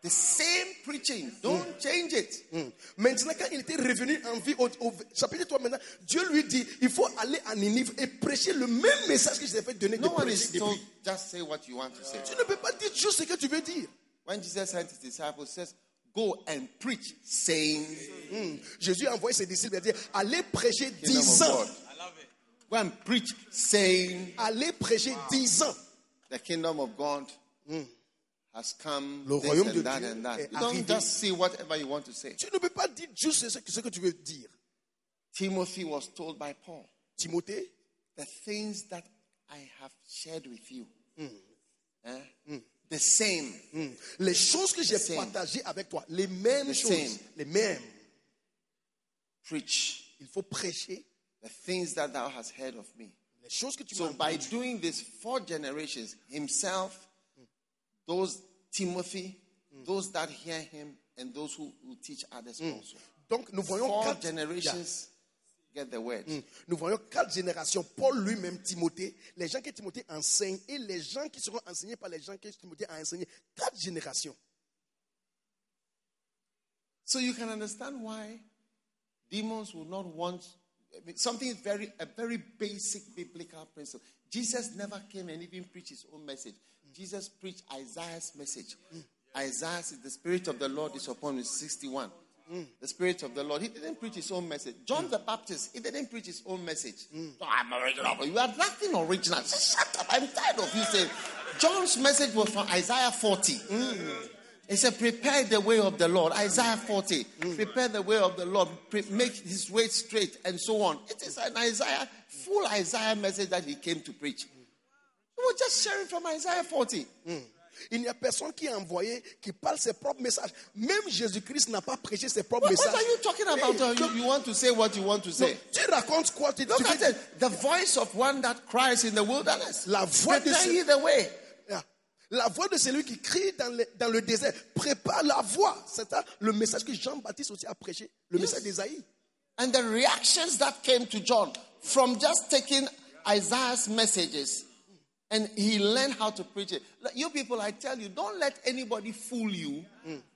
[SPEAKER 1] The same preaching. Don't change it.
[SPEAKER 2] Hmm. Maintenant, quand il était revenu en vie, au, au chapitre 3, maintenant, Dieu lui dit il faut aller à Ninive et prêcher le même message que je t'ai fait donner. de
[SPEAKER 1] No one
[SPEAKER 2] prêcher
[SPEAKER 1] is
[SPEAKER 2] depuis.
[SPEAKER 1] told, just say what you want to say.
[SPEAKER 2] Tu ne peux pas dire juste ce que tu veux dire.
[SPEAKER 1] When Jesus sent his disciples, says, Go and preach, saying,
[SPEAKER 2] Hmm. Jésus a envoyé ses disciples à dire allez prêcher
[SPEAKER 1] Kingdom of
[SPEAKER 2] 10 ans.
[SPEAKER 1] God. Go and preach, saying,
[SPEAKER 2] Allez prêcher 10 ans.
[SPEAKER 1] The kingdom of God has come.
[SPEAKER 2] Le
[SPEAKER 1] this
[SPEAKER 2] royaume
[SPEAKER 1] and
[SPEAKER 2] de
[SPEAKER 1] that
[SPEAKER 2] Dieu
[SPEAKER 1] and that.
[SPEAKER 2] est
[SPEAKER 1] You don't
[SPEAKER 2] arrivé.
[SPEAKER 1] just say whatever you want to say.
[SPEAKER 2] Tu ne peux pas dire juste ce que, ce que tu veux dire.
[SPEAKER 1] Timothy was told by Paul.
[SPEAKER 2] Timothée,
[SPEAKER 1] the things that I have shared with you, eh, The same.
[SPEAKER 2] Hmm. Les choses que j'ai
[SPEAKER 1] same.
[SPEAKER 2] partagées avec toi, les mêmes
[SPEAKER 1] The
[SPEAKER 2] choses,
[SPEAKER 1] same.
[SPEAKER 2] les mêmes.
[SPEAKER 1] Preach
[SPEAKER 2] Il faut prêcher
[SPEAKER 1] the things that thou hast heard of me.
[SPEAKER 2] les choses que tu
[SPEAKER 1] So
[SPEAKER 2] m'as
[SPEAKER 1] by
[SPEAKER 2] entendues.
[SPEAKER 1] doing this, four generations, himself, those Timothy, those that hear him, and those who, who teach others also.
[SPEAKER 2] Donc nous voyons
[SPEAKER 1] Four
[SPEAKER 2] quatre
[SPEAKER 1] generations get the word.
[SPEAKER 2] Yeah. Nous voyons quatre générations. Paul lui-même, Timothée, les gens que Timothée enseigne et les gens qui seront enseignés par les gens que Timothée a enseignés. Quatre générations.
[SPEAKER 1] So you can understand why demons will not want I mean, something very a very basic biblical principle. Jesus never came and even preached his own message. Jesus preached Isaiah's message. Isaiah said, "The Spirit of the Lord is upon me." Sixty-one. The Spirit of the Lord. He didn't preach his own message. John the Baptist. He didn't preach his own message. "No, I'm original. But You are nothing original. (laughs) Shut up! I'm tired of you saying. John's message was from Isaiah 40. He said, Prepare the way of the Lord. Isaiah 40.
[SPEAKER 2] Mm.
[SPEAKER 1] Prepare the way of the Lord. Pre- make his way straight, and so on. It is an Isaiah, full Isaiah message that he came to preach. He was just sharing from Isaiah
[SPEAKER 2] Mm.
[SPEAKER 1] 40.
[SPEAKER 2] Il n'y a personne qui est envoyé, qui parle ses propres messages. Même Jésus-Christ n'a pas prêché ses propres
[SPEAKER 1] What,
[SPEAKER 2] messages.
[SPEAKER 1] what are you talking about? uh,
[SPEAKER 2] Hey,
[SPEAKER 1] you, you want to say what you want to say.
[SPEAKER 2] tu racontes quoi tu, tu
[SPEAKER 1] Look
[SPEAKER 2] fais-
[SPEAKER 1] at it. The voice of one that cries in the wilderness.
[SPEAKER 2] La voix de
[SPEAKER 1] Prepare
[SPEAKER 2] ce-
[SPEAKER 1] ye the way.
[SPEAKER 2] Ah. La voix de celui qui crie dans le, dans le désert. Prépare la voix. C'est ça le message que Jean-Baptiste aussi a prêché. Le message d'Ésaïe.
[SPEAKER 1] And the reactions that came to John from just taking Isaiah's messages and he learned how to preach it. Like, You people, I tell you, don't let anybody fool you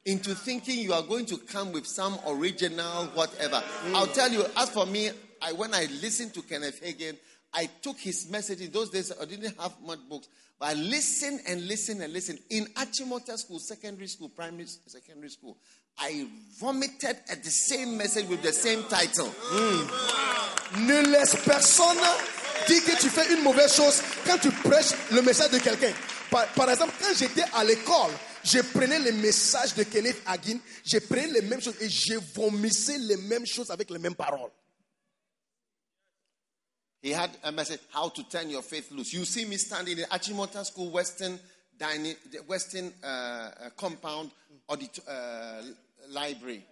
[SPEAKER 1] into thinking you are going to come with some original whatever. I'll tell you, as for me, I, when I listened to Kenneth Hagin, I took his message. In those days, I didn't have much books, but I listened and listened and listened. In Achimota School, secondary school, primary secondary school, I vomited at the same message with the same title.
[SPEAKER 2] Ne laisse personne dire que tu fais une mauvaise chose quand tu prêches le message de quelqu'un. Par, par exemple, quand j'étais à l'école, je prenais les messages de Kenneth Hagin, je prenais les mêmes choses et je vomissais les mêmes choses avec les mêmes paroles.
[SPEAKER 1] He had a message, How to Turn Your Faith Loose. You see me standing in Achimota School Western, dining, the Western uh, uh, Compound audit, uh, Library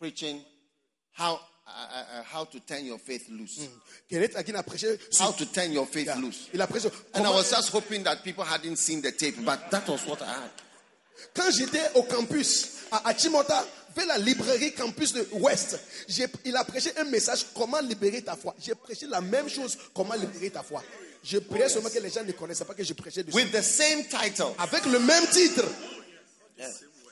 [SPEAKER 1] preaching how, uh, uh, uh, how to Turn Your Faith Loose.
[SPEAKER 2] Kenneth Hagin a prêché
[SPEAKER 1] How
[SPEAKER 2] sur...
[SPEAKER 1] to Turn Your Faith
[SPEAKER 2] Yeah.
[SPEAKER 1] Loose.
[SPEAKER 2] Il a prêché...
[SPEAKER 1] And I
[SPEAKER 2] Comment-
[SPEAKER 1] was just hoping that people hadn't seen the tape, but that was what I had.
[SPEAKER 2] Quand j'étais au campus, à Achimota, vers la librairie campus de Ouest, j'ai- il a prêché un message, comment libérer ta foi. J'ai prêché la même chose, comment libérer ta foi. Je priais seulement que les gens ne connaissaient pas que je prêchais dessus.
[SPEAKER 1] With the same title.
[SPEAKER 2] avec le même titre.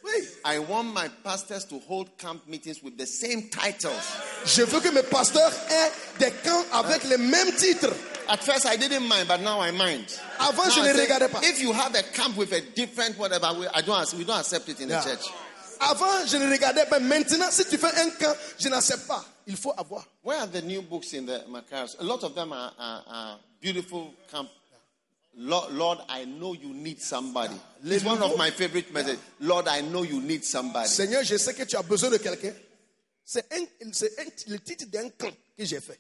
[SPEAKER 2] Oui.
[SPEAKER 1] I want my pastors to hold camp meetings with the same titles.
[SPEAKER 2] Je veux que mes pasteurs aient des camps avec les mêmes titres.
[SPEAKER 1] At first, I didn't mind, but now I mind.
[SPEAKER 2] Avant,
[SPEAKER 1] Now
[SPEAKER 2] je
[SPEAKER 1] I
[SPEAKER 2] ne
[SPEAKER 1] say,
[SPEAKER 2] regardais pas.
[SPEAKER 1] If you have a camp with a different whatever, we, I don't, ac- we don't accept it in the church.
[SPEAKER 2] Avant, je ne regardais pas. Maintenant, si tu fais un camp, je n'accepte pas. Il faut avoir.
[SPEAKER 1] Where are the new books in the Macarius? A lot of them are, are, are beautiful camp. Lord, Lord, I know you need somebody. It's one of my favorite messages. Lord, I know you need somebody.
[SPEAKER 2] Seigneur, je sais que tu as besoin de quelqu'un. C'est un- c'est un- le titre d'un camp que j'ai fait.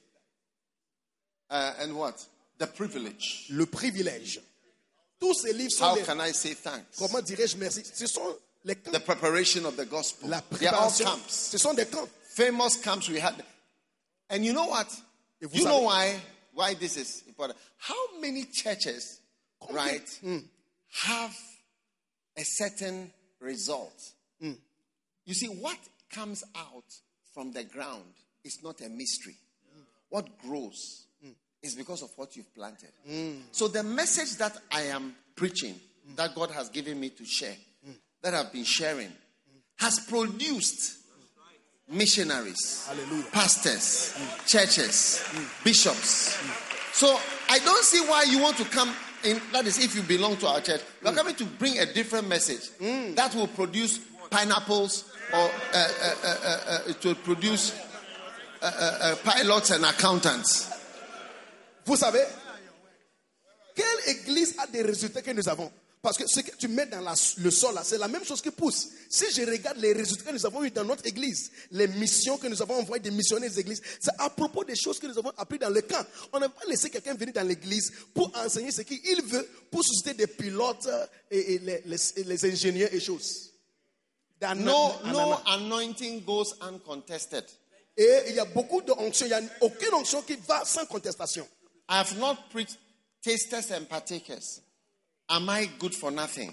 [SPEAKER 1] Uh, and what? The privilege.
[SPEAKER 2] Le privilège. Tous ces livres sont
[SPEAKER 1] How
[SPEAKER 2] des...
[SPEAKER 1] can I say thanks?
[SPEAKER 2] Comment dirais-je merci Ce sont les camps.
[SPEAKER 1] The preparation of the gospel.
[SPEAKER 2] La
[SPEAKER 1] They are all
[SPEAKER 2] préparation.
[SPEAKER 1] camps.
[SPEAKER 2] Ce sont des camps.
[SPEAKER 1] famous camps we had. And you know what?
[SPEAKER 2] Et vous
[SPEAKER 1] you know
[SPEAKER 2] savez-
[SPEAKER 1] why why this is important. How many churches, right, have a certain result? You see, what comes out from the ground is not a mystery. What grows is because of what you've planted. So the message that I am preaching, that God has given me to share, that I've been sharing, has produced missionaries,
[SPEAKER 2] Hallelujah.
[SPEAKER 1] pastors, churches, bishops. So I don't see why you want to come in. That is, if you belong to our church, you're coming to bring a different message that will produce pineapples or uh, uh, uh, uh, uh, it will produce uh, uh, uh, pilots and accountants.
[SPEAKER 2] Vous savez, quelle église a des résultats que nous avons Parce que ce que tu mets dans la- le sol, là, c'est la même chose qui pousse. Si je regarde les résultats que nous avons eu dans notre église, les missions que nous avons envoyées des missionnaires des églises, c'est à propos des choses que nous avons apprises dans le camp. On n'a pas laissé quelqu'un venir dans l'église pour enseigner ce qu'il veut, pour susciter des pilotes euh, et, et les, les- et les ingénieurs et choses. Dans
[SPEAKER 1] No,
[SPEAKER 2] notre-
[SPEAKER 1] no anointing goes uncontested.
[SPEAKER 2] Et il y a beaucoup d'onctions. Il n'y a aucune onction qui va sans contestation.
[SPEAKER 1] I have not preached tasters and partakers. Am I good for nothing?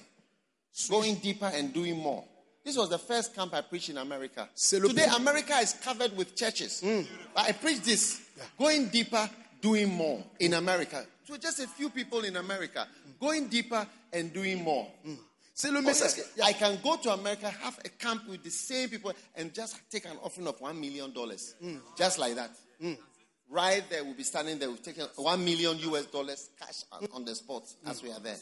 [SPEAKER 1] Going deeper and doing more. This was the first camp I preached in America.
[SPEAKER 2] C'est le
[SPEAKER 1] Today,
[SPEAKER 2] pre-
[SPEAKER 1] America is covered with churches. But I preached this going deeper, doing more in America. So, just a few people in America going deeper and doing more.
[SPEAKER 2] C'est le
[SPEAKER 1] Oh,
[SPEAKER 2] message.
[SPEAKER 1] yes.
[SPEAKER 2] que-
[SPEAKER 1] I can go to America, have a camp with the same people, and just take an offering of one million dollars, Mm, just like that. Mm. Right there, we'll be standing there. We'll take a- one million US dollars cash on, on the spot as we are there.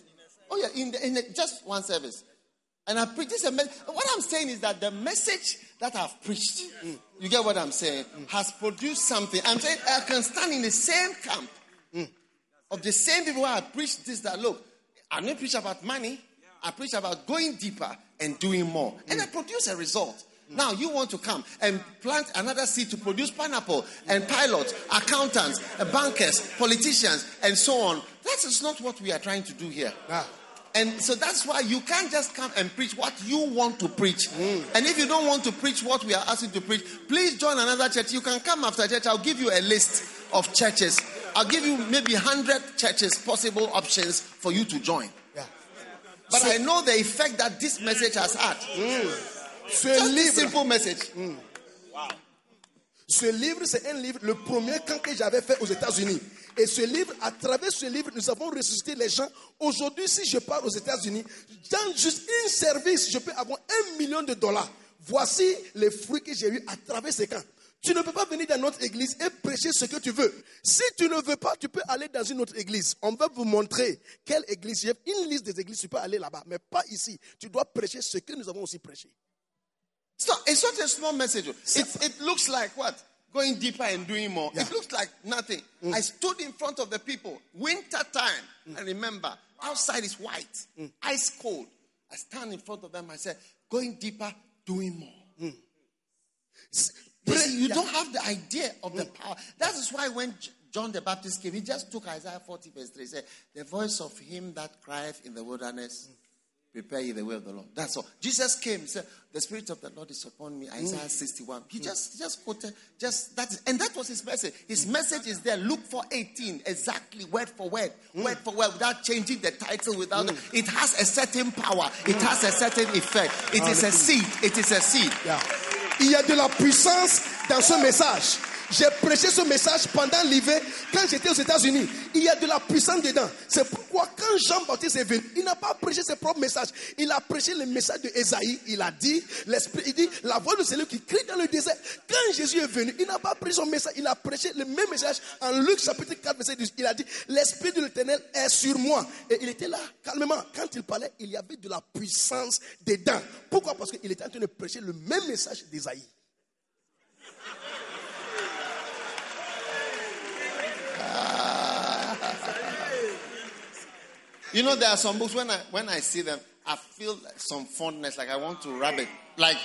[SPEAKER 1] Oh yeah, in, the, in the, just one service. And I preach this. mes- What I'm saying is that the message that I've preached, mm, you get what I'm saying, mm, has produced something. I'm saying I can stand in the same camp mm, of the same people who I preached this that look, I don't preach about money. I preach about going deeper and doing more. And I produce a result. Now you want to come and plant another seed to produce pineapple and pilots, accountants, uh, bankers, politicians, and so on. That is not what we are trying to do here.
[SPEAKER 2] Ah.
[SPEAKER 1] And so that's why you can't just come and preach what you want to preach. And if you don't want to preach what we are asking to preach, please join another church. You can come after church. I'll give you a list of churches. I'll give you maybe 100 churches, possible options for you to join.
[SPEAKER 2] Yeah.
[SPEAKER 1] But I know the effect that this message has had.
[SPEAKER 2] Ce
[SPEAKER 1] Just this
[SPEAKER 2] livre,
[SPEAKER 1] simple message.
[SPEAKER 2] ce livre, c'est un livre, le premier camp que j'avais fait aux États-Unis. Et ce livre, à travers ce livre, nous avons ressuscité les gens. Aujourd'hui, si je pars aux États-Unis, dans juste un service, je peux avoir un million de dollars. Voici les fruits que j'ai eu à travers ce camp. Tu ne peux pas venir dans notre église et prêcher ce que tu veux. Si tu ne veux pas, tu peux aller dans une autre église. On va vous montrer quelle église. J'ai une liste des églises, tu peux aller là-bas, mais pas ici. Tu dois prêcher ce que nous avons aussi prêché.
[SPEAKER 1] It's not, it's not a small message. It, it looks like what? Going deeper and doing more.
[SPEAKER 2] Yeah.
[SPEAKER 1] It looks like nothing. I stood in front of the people, winter time. And remember, outside is white, ice cold. I stand in front of them. I said, going deeper, doing more. You see, you don't have the idea of the power. That is why when J- John the Baptist came, he just took Isaiah 40, verse 3. He said, The voice of him that crieth in the wilderness, prepare ye the way of the Lord. That's all. Jesus came, he said, The Spirit of the Lord is upon me, Isaiah 61. He just, just quoted, just that, is- and that was his message. His message is there, Luke 4 18, exactly word for word, word for word, without changing the title, without it has a certain power, it has a certain effect. It is a seed, it is a seed.
[SPEAKER 2] Yeah. Il y a de la puissance dans ce message. J'ai prêché ce message pendant l'hiver quand j'étais aux États-Unis. Il y a de la puissance dedans. C'est pourquoi quand Jean-Baptiste est venu, il n'a pas prêché ses propres messages. Il a prêché le message de Ésaïe. Il a dit, l'esprit, il dit, la voix de celui qui crie dans le désert. Quand Jésus est venu, il n'a pas prêché son message. Il a prêché le même message en Luc chapitre 4, verset 10. Il a dit, l'esprit de l'éternel est sur moi. Et il était là, calmement. Quand il parlait, il y avait de la puissance dedans. Pourquoi Parce qu'il était en train de prêcher le même message d'Ésaïe.
[SPEAKER 1] You know, there are some books when I when I see them, I feel like some fondness, like I want to rub it. Like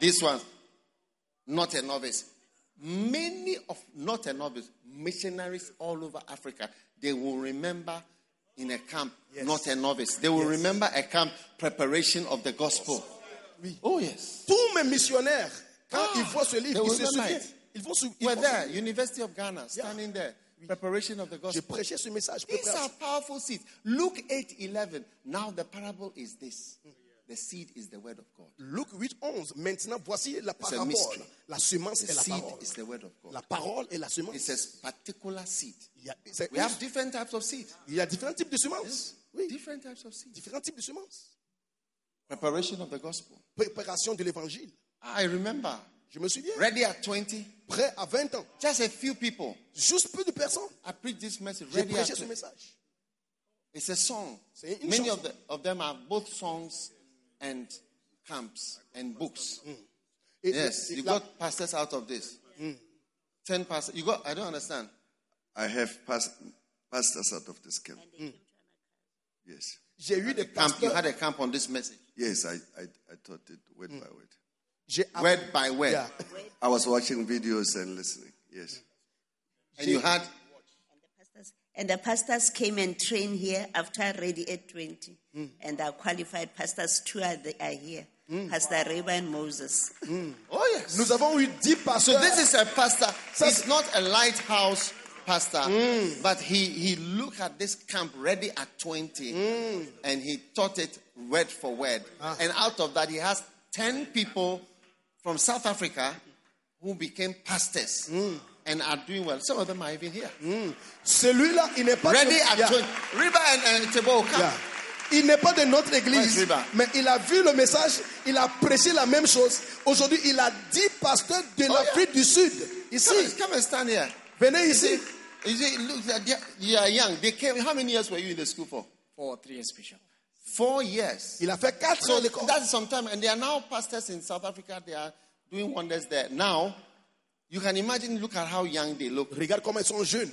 [SPEAKER 1] this one, not a novice. Many of not a novice missionaries all over Africa, they will remember in a camp, not a novice. They will remember a camp preparation of the gospel. Oh yes,
[SPEAKER 2] Tous mes missionnaires, quand
[SPEAKER 1] Ah,
[SPEAKER 2] ils voient ce
[SPEAKER 1] they
[SPEAKER 2] livre, ils
[SPEAKER 1] will
[SPEAKER 2] se
[SPEAKER 1] remember
[SPEAKER 2] souviennent.
[SPEAKER 1] it.
[SPEAKER 2] Ils vont se ils
[SPEAKER 1] we're
[SPEAKER 2] vont-
[SPEAKER 1] there. University of Ghana, standing there, preparation of the
[SPEAKER 2] J'ai
[SPEAKER 1] gospel.
[SPEAKER 2] prêché ce message.
[SPEAKER 1] These are powerful seeds. Luke 8 11. Now the parable is this the seed is the word of God.
[SPEAKER 2] Luc 8, 11. Maintenant, voici la
[SPEAKER 1] a
[SPEAKER 2] parabole.
[SPEAKER 1] mystery.
[SPEAKER 2] La semence
[SPEAKER 1] The
[SPEAKER 2] et la
[SPEAKER 1] seed
[SPEAKER 2] parole.
[SPEAKER 1] is the word of God.
[SPEAKER 2] La parole et la semence.
[SPEAKER 1] It's a particular seed.
[SPEAKER 2] Il y, a, c'est-
[SPEAKER 1] We have different types of seed.
[SPEAKER 2] il y a différents types de semences. Oui,
[SPEAKER 1] Different types of seed.
[SPEAKER 2] différents types de semences.
[SPEAKER 1] Preparation of the gospel.
[SPEAKER 2] Préparation de l'évangile.
[SPEAKER 1] I remember,
[SPEAKER 2] Je me souviens,
[SPEAKER 1] ready at 20,
[SPEAKER 2] près à 20 ans,
[SPEAKER 1] just a few people.
[SPEAKER 2] juste peu de personnes,
[SPEAKER 1] I preached this message.
[SPEAKER 2] j'ai
[SPEAKER 1] Ready at
[SPEAKER 2] prêché ce
[SPEAKER 1] 20.
[SPEAKER 2] message.
[SPEAKER 1] It's a song.
[SPEAKER 2] C'est une
[SPEAKER 1] Many
[SPEAKER 2] chanson.
[SPEAKER 1] of, the, of them are both songs and camps and books.
[SPEAKER 2] Et-
[SPEAKER 1] Yes,
[SPEAKER 2] et-
[SPEAKER 1] you
[SPEAKER 2] Mm. la-
[SPEAKER 1] got pastors out of this. Ten pastors. You got. I don't understand.
[SPEAKER 3] I have past, pastors out of this camp. Yes.
[SPEAKER 2] J'ai eu des
[SPEAKER 1] Camp, you
[SPEAKER 2] pasteurs.
[SPEAKER 1] had a camp on this message,
[SPEAKER 3] Yes, I, I, I taught it word by word.
[SPEAKER 2] J'ai app-
[SPEAKER 1] word by word.
[SPEAKER 2] Yeah.
[SPEAKER 3] I was watching videos and listening. Yes.
[SPEAKER 1] And you had,
[SPEAKER 4] pastors. And the pastors came and trained here after Ready at 20. And our qualified pastors, two are, they are here Pastor Reba and Moses.
[SPEAKER 1] oh yes.
[SPEAKER 2] Nous avons eu
[SPEAKER 1] So
[SPEAKER 2] 10 pasteurs.
[SPEAKER 1] this is a pastor. He's not a lighthouse pastor,
[SPEAKER 2] Mm.
[SPEAKER 1] but he he looked at this camp ready at 20
[SPEAKER 2] Mm.
[SPEAKER 1] and he taught it word for word.
[SPEAKER 2] Ah.
[SPEAKER 1] And out of that he has 10 people from South Africa who became pastors
[SPEAKER 2] Mm.
[SPEAKER 1] and are doing well. Some of them are even here.
[SPEAKER 2] Celui-là, il n'est pas
[SPEAKER 1] Ready
[SPEAKER 2] de,
[SPEAKER 1] at
[SPEAKER 2] Yeah,
[SPEAKER 1] 20. River and, and Tebow come.
[SPEAKER 2] yeah. Il n'est pas de notre
[SPEAKER 1] Where's
[SPEAKER 2] église,
[SPEAKER 1] Riba?
[SPEAKER 2] mais il a vu le message, il a prêché la même chose. Aujourd'hui, il a 10 pasteurs de l'Afrique du Sud. Ici,
[SPEAKER 1] Oh, Come, and- come and stand here.
[SPEAKER 2] venez ici.
[SPEAKER 1] You see, look, they are- you are young. They came. How many years were you in the school for?
[SPEAKER 5] for three years, Bishop.
[SPEAKER 1] Four years.
[SPEAKER 2] Il a fait 4 ans
[SPEAKER 1] So
[SPEAKER 2] à l'école.
[SPEAKER 1] that's some time, and they are now pastors in South Africa. They are doing wonders there. Now, you can imagine. Look at how young they look,
[SPEAKER 2] Regarde comment ils sont jeunes.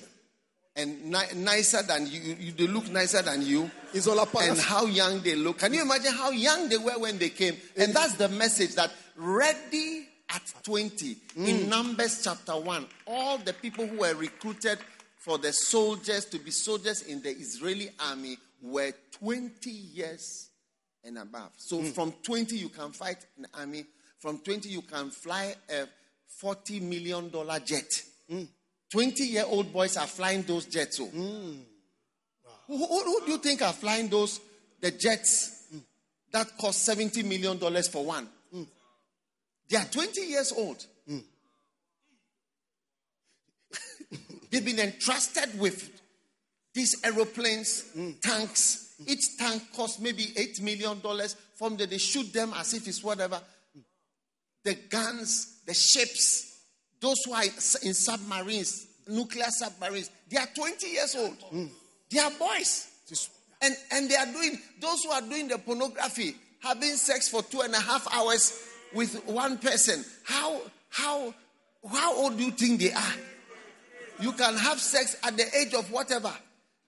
[SPEAKER 1] and ni- nicer than you, you. They look nicer than you,
[SPEAKER 2] Ils ont la parole.
[SPEAKER 1] and how young they look. Can you imagine how young they were when they came? And that's the message that ready at twenty in Numbers chapter one. All the people who were recruited for the soldiers to be soldiers in the Israeli army were twenty years and above. So from 20 you can fight an army. From 20 you can fly a 40 million dollar jet. 20 year old boys are flying those jets. oh. Who, who- who do you think are flying those the jets mm, that cost 70 million dollars for one? Mm. They are 20 years old. Mm. (laughs) They've been entrusted with these aeroplanes, mm, tanks. Each tank costs maybe eight million dollars. From there, they shoot them as if it's whatever. The guns, the ships, those who are in submarines, nuclear submarines, they are 20 years old. They are boys.
[SPEAKER 2] This-
[SPEAKER 1] And and they are doing those who are doing the pornography, having sex for two and a half hours with one person. How how how old do you think they are? You can have sex at the age of whatever.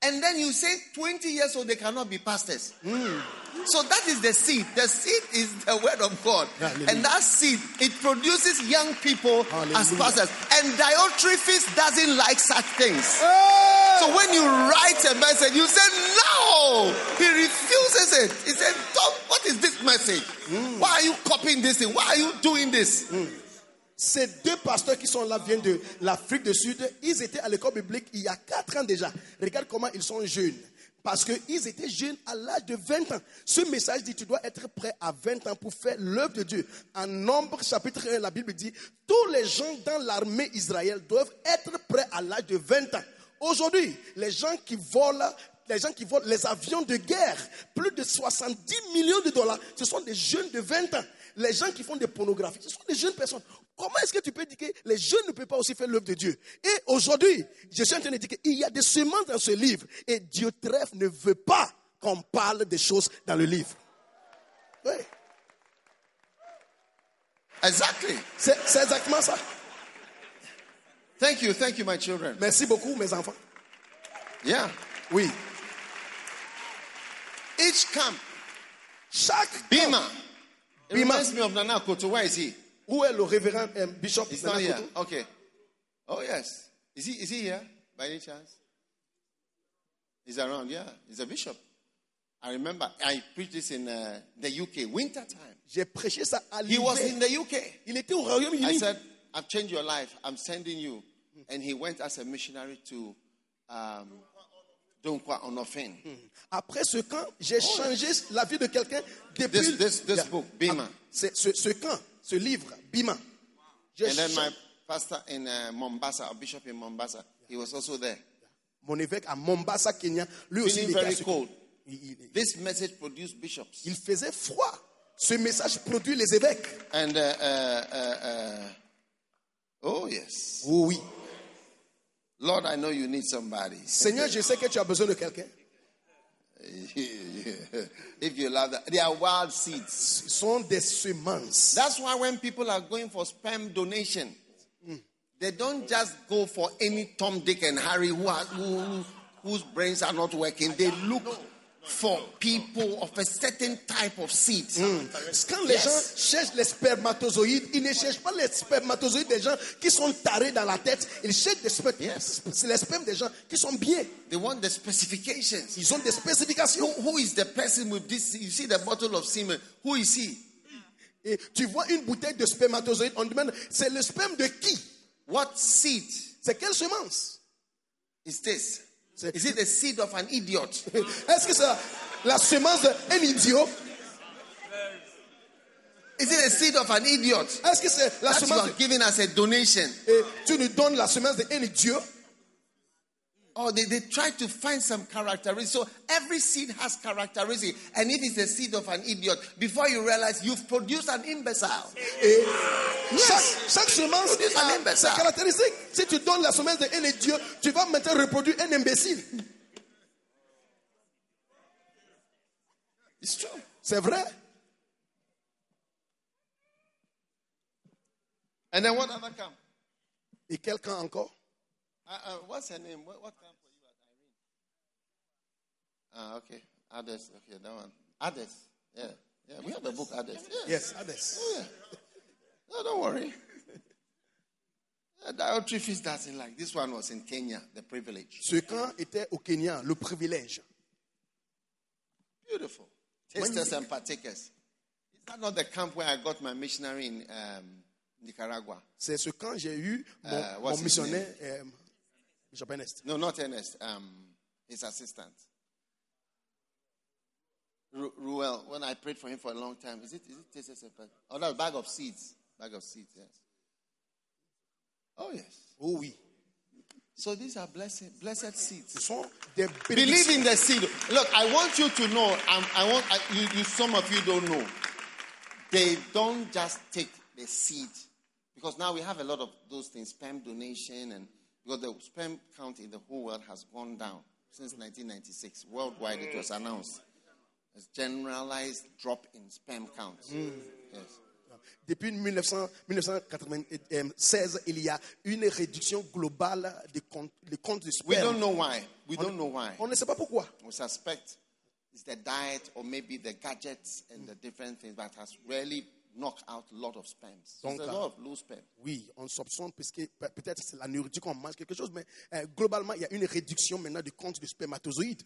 [SPEAKER 1] And then you say 20 years old, they cannot be pastors.
[SPEAKER 2] Hmm.
[SPEAKER 1] So that is the seed. The seed is the word of God.
[SPEAKER 2] Hallelujah.
[SPEAKER 1] And that seed, it produces young people as
[SPEAKER 2] Hallelujah.
[SPEAKER 1] pastors. And Diotrephes doesn't like such things.
[SPEAKER 2] Hey!
[SPEAKER 1] So when you write a message, you say no. He refuses it. He said, "Don't- "What is this message? Why are you copying this thing? Why are you doing this?"
[SPEAKER 2] Ces deux pasteurs qui sont là viennent de l'Afrique du Sud. Ils étaient à l'école biblique il y a 4 ans déjà. Regarde comment ils sont jeunes. Parce qu'ils étaient jeunes à l'âge de 20 ans. Ce message dit, tu dois être prêt à 20 ans pour faire l'œuvre de Dieu. En Nombre chapitre 1, la Bible dit, tous les gens dans l'armée israélienne doivent être prêts à l'âge de 20 ans. Aujourd'hui, les gens qui volent, les gens qui volent les avions de guerre, plus de 70 millions de dollars, ce sont des jeunes de 20 ans. Les gens qui font des pornographies, ce sont des jeunes personnes. Comment est-ce que tu peux dire que les jeunes ne peuvent pas aussi faire l'œuvre de Dieu Et aujourd'hui, je suis en train de dire qu'il y a des semences dans ce livre et Dieu trèfle ne veut pas qu'on parle des choses dans le livre. Oui,
[SPEAKER 1] Exactly.
[SPEAKER 2] c'est c'est exactement ça.
[SPEAKER 1] Thank you, thank you, my children.
[SPEAKER 2] Merci beaucoup, mes enfants.
[SPEAKER 1] Yeah.
[SPEAKER 2] Oui.
[SPEAKER 1] Each camp,
[SPEAKER 2] Chaque
[SPEAKER 1] Bima. It
[SPEAKER 2] Bima.
[SPEAKER 1] reminds me of Nana Koto. Where is he?
[SPEAKER 2] où est le révérend euh, bishop
[SPEAKER 1] He's not
[SPEAKER 2] Nana
[SPEAKER 1] here.
[SPEAKER 2] Koto?
[SPEAKER 1] Okay. Oh yes. Is he? Is he here by any chance? He's around. Yeah. He's a bishop. I remember I preached this in uh, the UK winter time.
[SPEAKER 2] J'ai prêché ça à
[SPEAKER 1] He was in
[SPEAKER 2] l'hiver.
[SPEAKER 1] the UK.
[SPEAKER 2] Il était au
[SPEAKER 1] I
[SPEAKER 2] Royaume-Uni.
[SPEAKER 1] said, I've changed your life. I'm sending you. And he went as a missionary to um, Donkwa Onofin.
[SPEAKER 2] Après ce camp, j'ai changé la vie de quelqu'un depuis.
[SPEAKER 1] Oh. This- this- this
[SPEAKER 2] Yeah.
[SPEAKER 1] book, Bima.
[SPEAKER 2] Ah, c'est- Ce, ce camp, ce livre, Bima. J'ai
[SPEAKER 1] And then
[SPEAKER 2] changé-
[SPEAKER 1] my pastor in uh, Mombasa, a bishop in Mombasa, he was also there.
[SPEAKER 2] Mon évêque à Mombasa, Kenya, lui aussi,
[SPEAKER 1] Feeling
[SPEAKER 2] il, était à
[SPEAKER 1] very
[SPEAKER 2] ce-
[SPEAKER 1] cold.
[SPEAKER 2] Il- il-
[SPEAKER 1] This message produced bishops.
[SPEAKER 2] il faisait froid. Ce message produit les évêques.
[SPEAKER 1] And, uh, uh, uh, uh, oh, yes.
[SPEAKER 2] Oh oui.
[SPEAKER 1] Lord, I know you need somebody. (laughs)
[SPEAKER 2] Seigneur, je sais que tu as besoin de quelqu'un.
[SPEAKER 1] if you love that. They are wild seeds.
[SPEAKER 2] Ce sont des semences.
[SPEAKER 1] That's why when people are going for sperm donation, they don't just go for any Tom, Dick, and Harry who are, who, whose brains are not working. They look for people of a certain type of seed.
[SPEAKER 2] Quand les gens cherchent les spermatozoïdes, ils ne cherchent pas les spermatozoïdes des gens qui sont tarés dans la tête. Ils cherchent des sper-
[SPEAKER 1] Yes.
[SPEAKER 2] c'est les spermes des gens qui sont bien.
[SPEAKER 1] They want the specifications.
[SPEAKER 2] Ils ont des spécifications.
[SPEAKER 1] Who is the person with this? You see the bottle of semen. Who is he?
[SPEAKER 2] Et tu vois une bouteille de spermatozoïdes, on demande c'est le sperme de qui
[SPEAKER 1] What seed
[SPEAKER 2] C'est quelle semence
[SPEAKER 1] is this?
[SPEAKER 2] C'est-
[SPEAKER 1] Is it the seed of an idiot? (laughs)
[SPEAKER 2] Est-ce que c'est la- la semence d'un idiot
[SPEAKER 1] Is it the seed of an idiot?
[SPEAKER 2] Est-ce que c'est la
[SPEAKER 1] That you
[SPEAKER 2] semence
[SPEAKER 1] are
[SPEAKER 2] de-
[SPEAKER 1] giving us a donation.
[SPEAKER 2] Et tu nous donnes la semence d'un idiot
[SPEAKER 1] Oh, they, they try to find some characteristics. So every seed has characteristics. And if it's the seed of an idiot, before you realize you've produced an imbecile.
[SPEAKER 2] Et chaque, chaque semence
[SPEAKER 1] Produce un
[SPEAKER 2] a
[SPEAKER 1] imbécile.
[SPEAKER 2] sa caractéristique. Si tu donnes la semence d'un idiot, tu vas maintenant reproduire un imbécile.
[SPEAKER 1] It's true.
[SPEAKER 2] C'est vrai.
[SPEAKER 1] And then what other camp?
[SPEAKER 2] Et quelqu'un encore
[SPEAKER 1] Uh, uh, what's her name? What, what camp were you at, Irene? Ah, okay. Others. Okay, that one. Others. Yeah. Yeah, we have a book, Others. Yeah.
[SPEAKER 2] Yes, Hades.
[SPEAKER 1] yeah. No, don't worry. (laughs) Uh, Diotrephes doesn't like. This one was in Kenya, the privilege.
[SPEAKER 2] Ce camp était au Kenya, le privilège.
[SPEAKER 1] Beautiful. Tasters and partakers. Is that not the camp where I got my missionary in um, Nicaragua?
[SPEAKER 2] C'est ce camp j'ai eu mon,
[SPEAKER 1] Euh, what's
[SPEAKER 2] mon
[SPEAKER 1] his
[SPEAKER 2] missionnaire, euh, Bishop Ernest.
[SPEAKER 1] No, not Ernest. Um, his assistant. Ru- Ruel, when I prayed for him for a long time, is it is it Tasters and partakers? Oh, no, bag of seeds. Bag of seeds, yes. Oh, yes.
[SPEAKER 2] Oh oui.
[SPEAKER 1] So these are blessed, blessed seeds.
[SPEAKER 2] Ce sont des
[SPEAKER 1] Believe
[SPEAKER 2] bénédictions.
[SPEAKER 1] in the seed. Look, I want you to know. i I want I, you, you. Some of you don't know. They don't just take the seed because now we have a lot of those things, sperm donation, and because the sperm count in the whole world has gone down since 1996. Worldwide, it was announced as generalized drop in sperm count. Yes.
[SPEAKER 2] Depuis 1900 1996, il y a une réduction globale des comptes, des comptes de
[SPEAKER 1] We
[SPEAKER 2] sperme.
[SPEAKER 1] don't know why. We don't know why.
[SPEAKER 2] On ne sait pas pourquoi.
[SPEAKER 1] We suspect it's the diet or maybe the gadgets and the different things that has really knocked out a lot of sperms.
[SPEAKER 2] Don't
[SPEAKER 1] There's a
[SPEAKER 2] count.
[SPEAKER 1] lot of loose sperm.
[SPEAKER 2] Oui, on soupçonne parce que pe- peut-être c'est la nourriture qu'on mange, quelque chose, mais euh, globalement, il y a une réduction maintenant du compte de spermatozoïdes.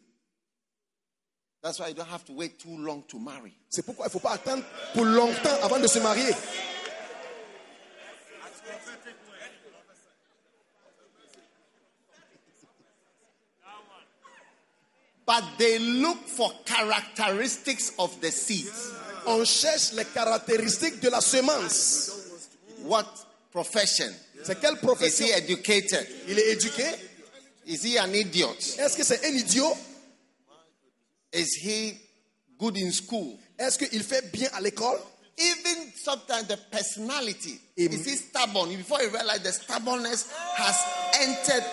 [SPEAKER 1] That's why you don't have to wait too long to marry.
[SPEAKER 2] C'est pourquoi il ne faut pas attendre pour longtemps avant de se marier.
[SPEAKER 1] But they look for characteristics of the seed.
[SPEAKER 2] On cherche les caractéristiques de la semence.
[SPEAKER 1] What profession?
[SPEAKER 2] C'est quelle
[SPEAKER 1] Is
[SPEAKER 2] profession
[SPEAKER 1] he educated?
[SPEAKER 2] Il est éduqué
[SPEAKER 1] Is he an idiot?
[SPEAKER 2] Est-ce que c'est un idiot
[SPEAKER 1] Is he good in school?
[SPEAKER 2] Est-ce qu'il fait bien à l'école
[SPEAKER 1] Even sometimes the personality.
[SPEAKER 2] Amen.
[SPEAKER 1] Is he stubborn? Before you realize the stubbornness has entered